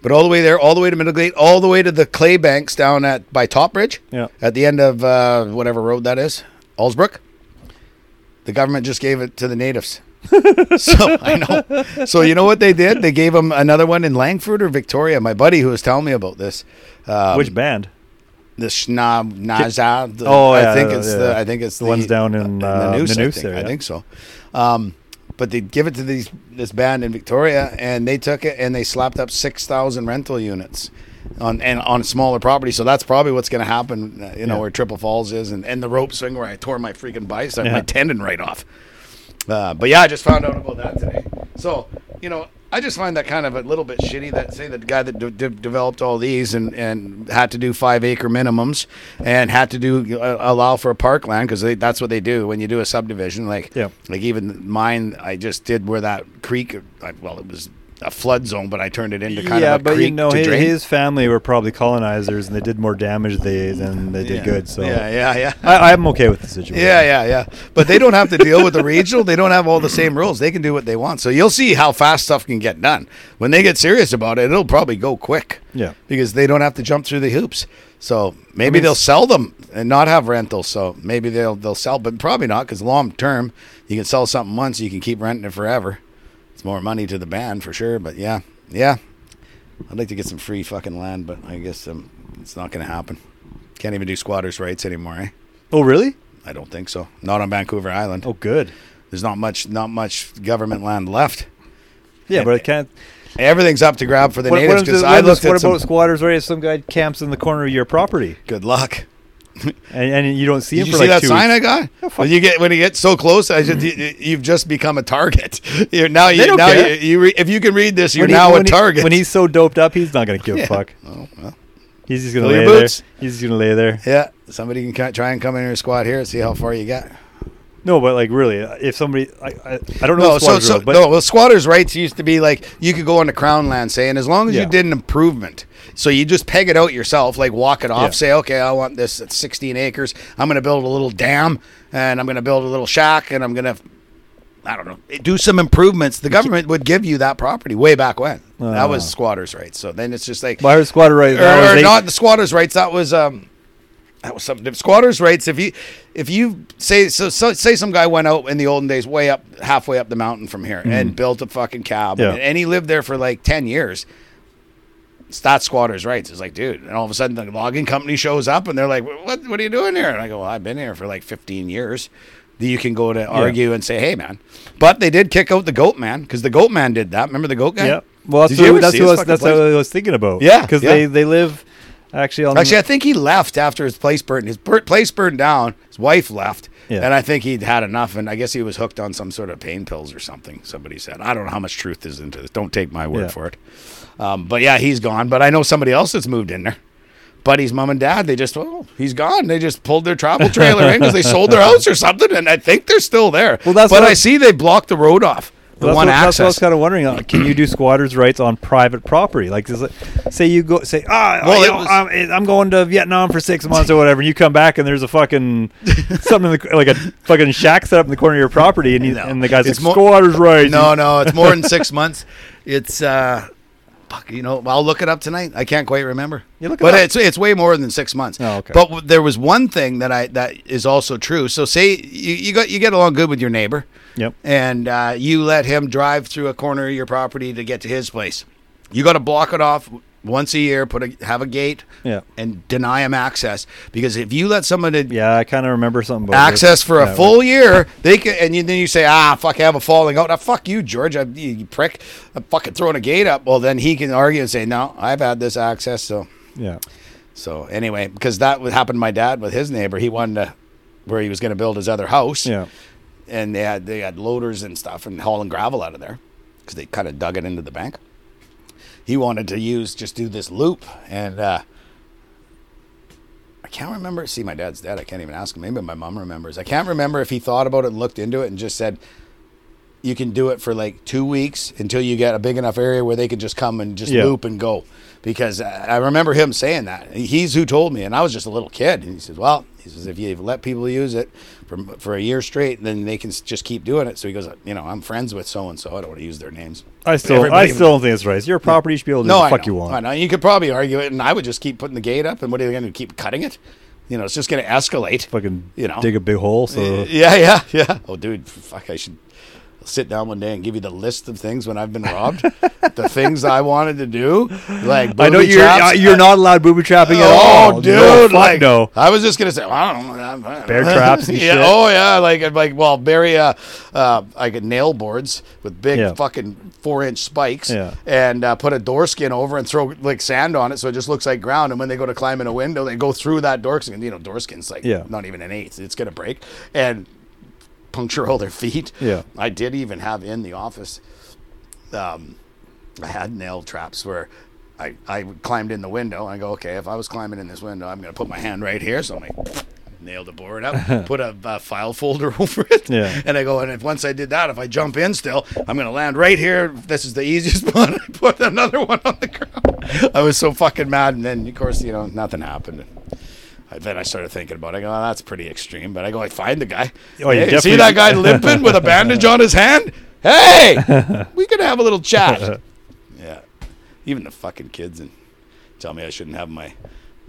B: But all the way there, all the way to Middlegate, all the way to the clay banks down at by Top Bridge.
A: Yeah.
B: At the end of uh, whatever road that is, Allsbrook. The government just gave it to the natives. so I know. So you know what they did? They gave them another one in Langford or Victoria. My buddy who was telling me about this. Um,
A: Which band?
B: the Schna Naza? the-
A: Oh, yeah,
B: I think
A: yeah,
B: it's
A: yeah.
B: the I think it's the,
A: The ones down in, uh,
B: the noose, I,
A: Nanoose
B: think,
A: area.
B: I think so. Um, but they give it to these this band in Victoria, and they took it and they slapped up six thousand rental units on and on smaller property. So that's probably what's going to happen. uh, You know
A: Yeah.
B: where Triple Falls is, and, and the rope swing where I tore my freaking bicep, my
A: Yeah.
B: tendon right off. Uh, but yeah, I just found out about that today. So you know, I just find that kind of a little bit shitty. That say the guy that de- de- developed all these and and had to do five acre minimums and had to do uh, allow for a parkland because that's what they do when you do a subdivision. Like
A: Yeah.
B: like even mine, I just did where that creek. I, well, it was a flood zone, but I turned it into kind
A: yeah,
B: of a
A: but
B: creek
A: you know,
B: to
A: his,
B: drain.
A: his family were probably colonizers, and they did more damage they, than they did
B: Yeah.
A: good. So
B: yeah, yeah, yeah.
A: I, I'm okay with the situation.
B: Yeah, yeah, yeah. But they don't have to deal with the regional. They don't have all the same rules. They can do what they want. So you'll see how fast stuff can get done. When they get serious about it, it'll probably go quick.
A: Yeah.
B: Because they don't have to jump through the hoops. So maybe
A: mean,
B: they'll sell them and not have rentals. So maybe they'll they'll sell, but probably not because long term, you can sell something once, you can keep renting it forever. It's more money to the band for sure. But yeah, yeah. I'd like to get some free fucking land, but I guess um, it's not going to happen. Can't even do squatters' rights anymore, eh?
A: Oh, really?
B: I don't think so. Not on Vancouver Island.
A: Oh, good.
B: There's not much not much government land left.
A: Yeah, but I can't.
B: Everything's up to grab for the
A: What, what,
B: natives
A: if
B: because
A: the-
B: I
A: what, if
B: looked
A: the- what
B: at
A: about
B: some.
A: squatters? Right, if some guy camps in the corner of your property,
B: Good luck.
A: and, and you don't see him
B: Did you
A: for
B: see
A: like
B: that
A: two
B: sign
A: weeks.
B: I got?
A: fuck. Mm-hmm.
B: When you get when you get so close, I just, you, you've just become a target. You're now you
A: They don't
B: now you,
A: care.
B: you re, if you can read this, you're
A: When he-
B: now a
A: when he-
B: target.
A: when he's so doped up, he's not gonna give a fuck.
B: oh, well,
A: He's just gonna
B: Fill
A: lay
B: your
A: there.
B: boots.
A: He's just gonna lay there.
B: yeah, somebody can ca- try and come in here and squat here and see how far you got.
A: No, but like really, uh, if somebody, I, I, I don't know. the
B: No, so,
A: squatters
B: so
A: rule, but
B: no, well, squatters' rights used to be like you could go into Crown land, say, and as long as
A: Yeah.
B: you did an improvement, so you just peg it out yourself, like walk it off,
A: Yeah.
B: say, okay, I want this at 16 acres. I'm going to build a little dam, and I'm going to build a little shack, and I'm going to, I don't know, do some improvements. The government would give you that property way back when. that
A: Ah.
B: was squatters' rights. So then it's just like,
A: Well, I heard squatter rights. that was
B: or, or
A: eight-
B: Er, not the squatters' rights. That was um, that was something. different. Squatters' rights. If you if you say so, so, say some guy went out in the olden days, way up halfway up the mountain from here, and built a fucking cabin,
A: Mm-hmm. Yeah.
B: and he lived there for like ten years. It's not squatters' rights. It's like, dude, and all of a sudden the logging company shows up and they're like, "What? What are you doing here?" And I go, "Well, I've been here for like 15 years." That you can go to argue and say, "Hey, man," but they did kick out the goat man because the goat man did that. Remember the goat guy?
A: Yeah. Well,
B: Did
A: that's,
B: you
A: who,
B: ever
A: that's,
B: see
A: who
B: his
A: I was,
B: fucking
A: that's what
B: place?
A: I was thinking about.
B: Yeah,
A: Because
B: yeah.
A: they, they live actually on.
B: Actually, I think he left after his place burned. His bur- place burned down. His wife left,
A: Yeah.
B: and I think he'd had enough. And I guess he was hooked on some sort of pain pills or something. Somebody said, I don't know how much truth is into this. Don't take my word
A: Yeah.
B: for it. Um, but yeah, he's gone. But I know somebody else that's moved in there. Buddy's mom and dad, they just, oh, he's gone. They just pulled their travel trailer in because they sold their house or something, and I think they're still there.
A: Well, that's
B: but
A: what
B: I
A: I-
B: see they blocked the road off, the
A: that's what,
B: one
A: That's what I
B: access.
A: was kind of wondering. uh, Can you do squatters' rights on private property? Like, is it, say you go say, ah,
B: Well,
A: you
B: it
A: know,
B: was-
A: I'm, I'm going to Vietnam for six months or whatever, and you come back and there's a fucking something in the, like a fucking shack set up in the corner of your property, and you,
B: No.
A: and the guy's
B: It's
A: like
B: more-
A: squatters' rights.
B: No, no, it's more than six months. It's uh, fuck, you know, I'll look it up tonight. I can't quite remember.
A: You look it
B: but
A: up.
B: it's it's way more than six months.
A: Oh, okay.
B: But w- there was one thing that I that is also true. So say you, you got you get along good with your neighbor,
A: Yep.
B: and uh, you let him drive through a corner of your property to get to his place. You got to block it off once a year. Put a have a gate.
A: Yeah.
B: And deny him access because if you let someone to
A: Yeah, I kind of remember something about
B: access
A: this.
B: for a
A: Yeah,
B: full year. They can, and you, then you say, ah, fuck, I have a falling out. Now, fuck you, George. I, you you prick. I'm fucking throwing a gate up. Well, then he can argue and say, no, I've had this access. So,
A: Yeah.
B: so anyway, because that would happen to my dad with his neighbor. He wanted to, where he was going to build his other house.
A: Yeah.
B: And they had, they had loaders and stuff and hauling gravel out of there because they kind of dug it into the bank. He wanted to use, just do this loop. And, uh, I can't remember. See, my dad's dead. I can't even ask him. Maybe my mom remembers. I can't remember if he thought about it and looked into it and just said, you can do it for like two weeks until you get a big enough area where they can just come and just
A: Yeah.
B: loop and go. Because I I remember him saying that. He's who told me, and I was just a little kid. And he says, "Well, he says if you let people use it for for a year straight, then they can s- just keep doing it." So he goes, "You know, I'm friends with so and so. I don't want to use their names."
A: I still,
B: Everybody-
A: I still don't think it's right. It's your property. You should be able to do
B: no,
A: what
B: I
A: the fuck
B: know.
A: you
B: I
A: want.
B: know. You could probably argue it, and I would just keep putting the gate up. And what are they going to keep cutting it? You know, it's just going to escalate.
A: Fucking
B: you know. Uh,
A: dig a big hole. So
B: Yeah, yeah, yeah. Oh, dude, fuck! I should sit down one day and give you the list of things when I've been robbed, the things I wanted to do. Like
A: I know
B: booby
A: you're uh,
B: traps.
A: you're not allowed booby trapping at all.
B: Oh, dude!
A: no, fuck
B: like,
A: no.
B: I was just gonna say, well, I don't know, I don't-
A: Bear traps and
B: yeah,
A: shit.
B: Oh yeah, like I'd like well, bury uh, uh, like nail boards with big
A: Yeah.
B: fucking four inch spikes,
A: Yeah.
B: and uh, put a door skin over and throw like sand on it, so it just looks like ground. And when they go to climb in a window, they go through that door skin. You know, door skin's like
A: Yeah.
B: not even an eighth; it's gonna break and puncture all their feet.
A: Yeah.
B: I did even have in the office um, I had nail traps where I, I climbed in the window and I go, okay, if I was climbing in this window, I'm going to put my hand right here. So I'm like, nail the board up, put a, uh file folder over it.
A: Yeah.
B: And I go, and if once I did that, if I jump in still, I'm going to land right here. This is the easiest one. I put another one on the ground. I was so fucking mad. And then, of course, you know, nothing happened. I, then I started thinking about it. I go, oh, that's pretty extreme. But I go, I find the guy.
A: Oh, you
B: Hey, you
A: definitely-
B: see that guy limping with a bandage on his hand? Hey, we could have a little chat. Yeah. Even the fucking kids and tell me I shouldn't have my.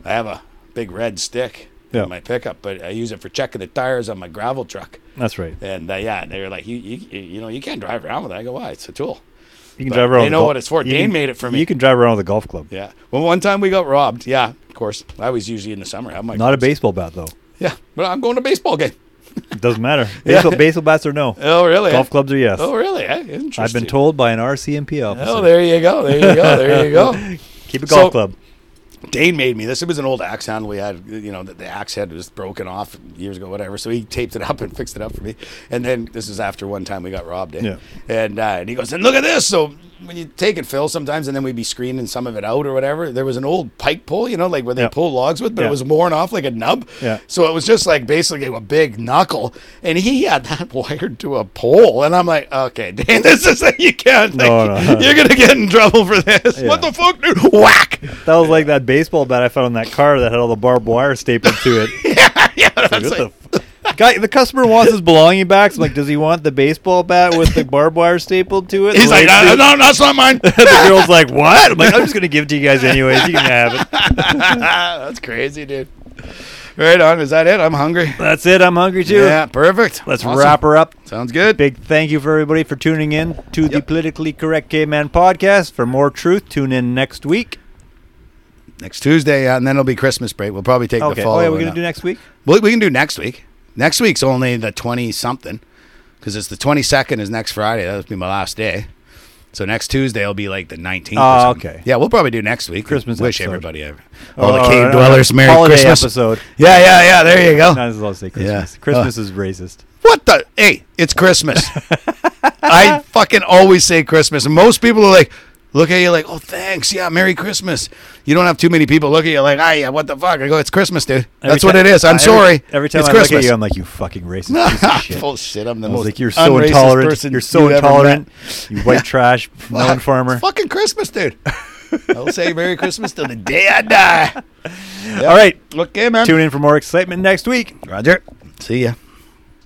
B: I have a big red stick
A: Yeah.
B: in my pickup, but I use it for checking the tires on my gravel truck.
A: That's right.
B: And uh, yeah, they were like, you, you you know you can't drive around with that. I go, why? It's a tool.
A: You can
B: But
A: drive around.
B: they
A: with
B: know
A: a gol-
B: what it's for.
A: you
B: Dane
A: can-
B: made it for me.
A: You can drive around with a golf club.
B: Yeah. Well, one time we got robbed. Yeah, of course. I was usually in the summer. Have my
A: Not a baseball bat though.
B: yeah, but I'm going to baseball game.
A: It doesn't matter.
B: Yeah.
A: Baseball, baseball bats are no.
B: Oh really?
A: Golf clubs are yes.
B: Oh really? Eh? Interesting.
A: I've been told by an RCMP officer.
B: Oh, there you go. There you go. There you go.
A: Keep a golf
B: So-
A: club.
B: Dane made me this. It was an old axe handle we had. You know, the, the axe head was broken off years ago, whatever. So he taped it up and fixed it up for me. And then this is after one time we got robbed. Eh?
A: Yeah.
B: And uh, and he goes, and look at this. So when you take it, Phil, sometimes, and then we'd be screening some of it out or whatever. There was an old pike pole, you know, like where they
A: Yeah.
B: pull logs with, but
A: Yeah.
B: it was worn off like a nub.
A: Yeah.
B: So it was just like basically a big knuckle, and he had that wired to a pole, and I'm like, okay, Dan, this is you can't. Like,
A: No, no.
B: You're gonna get in trouble for this. What
A: Yeah.
B: the fuck, dude? Whack.
A: That was like that baseball bat I found in that car that had all the barbed wire stapled to it.
B: yeah,
A: Like,
B: that's
A: what
B: like,
A: the f- guy, the customer wants his belonging back. So I'm like, does he want the baseball bat with the barbed wire stapled to it?
B: he's
A: The
B: like,
A: lady's
B: no, no, that's not mine.
A: the girl's like, "What?" I'm like, "I'm just gonna give it to you guys anyways. You can have it."
B: that's crazy, dude. Right on. Is that it? I'm hungry.
A: That's it. I'm hungry too.
B: Yeah, perfect.
A: Let's
B: Awesome.
A: wrap her up.
B: Sounds good.
A: Big thank you for everybody for tuning in to the
B: Yep.
A: Politically Correct Caveman podcast. For more truth, tune in next week.
B: Next Tuesday, yeah, and then it'll be Christmas break. We'll probably take
A: Okay.
B: the
A: Oh
B: following.
A: yeah, we're gonna
B: up.
A: do next week.
B: Well, we can do next week. Next week's only the twenty something, because it's the twenty second is next Friday. That'll be my last day. So next Tuesday will be like the nineteenth.
A: Oh, okay.
B: Yeah, we'll probably do next week.
A: Christmas
B: Wish
A: episode.
B: everybody, every, all the
A: Oh,
B: cave
A: uh,
B: dwellers, Merry
A: holiday
B: Christmas. Oh.
A: episode.
B: Yeah, yeah, yeah. There you go.
A: Not as well as say Christmas. Christmas is racist.
B: What the? Hey, it's Christmas. I fucking always say Christmas. And most people are like, look at you like, oh, thanks. Yeah, Merry Christmas. You don't have too many people look at you like, ah, yeah, what the fuck? I go, it's Christmas, dude. That's
A: Every
B: what it
A: ti-
B: is. I'm
A: every-
B: sorry.
A: Every time
B: it's
A: I
B: Christmas.
A: look at you, I'm like, "You fucking racist piece of shit."
B: Full shit. I'm the
A: I was
B: most
A: like, "You're so
B: unracist
A: intolerant.
B: person
A: You're so
B: you've ever met."
A: intolerant. You white trash melon
B: Fuck.
A: farmer."
B: It's fucking Christmas, dude. I'll say Merry Christmas till the day I die.
A: All right,
B: Look, okay, man.
A: tune in for more excitement next week.
B: Roger. See ya.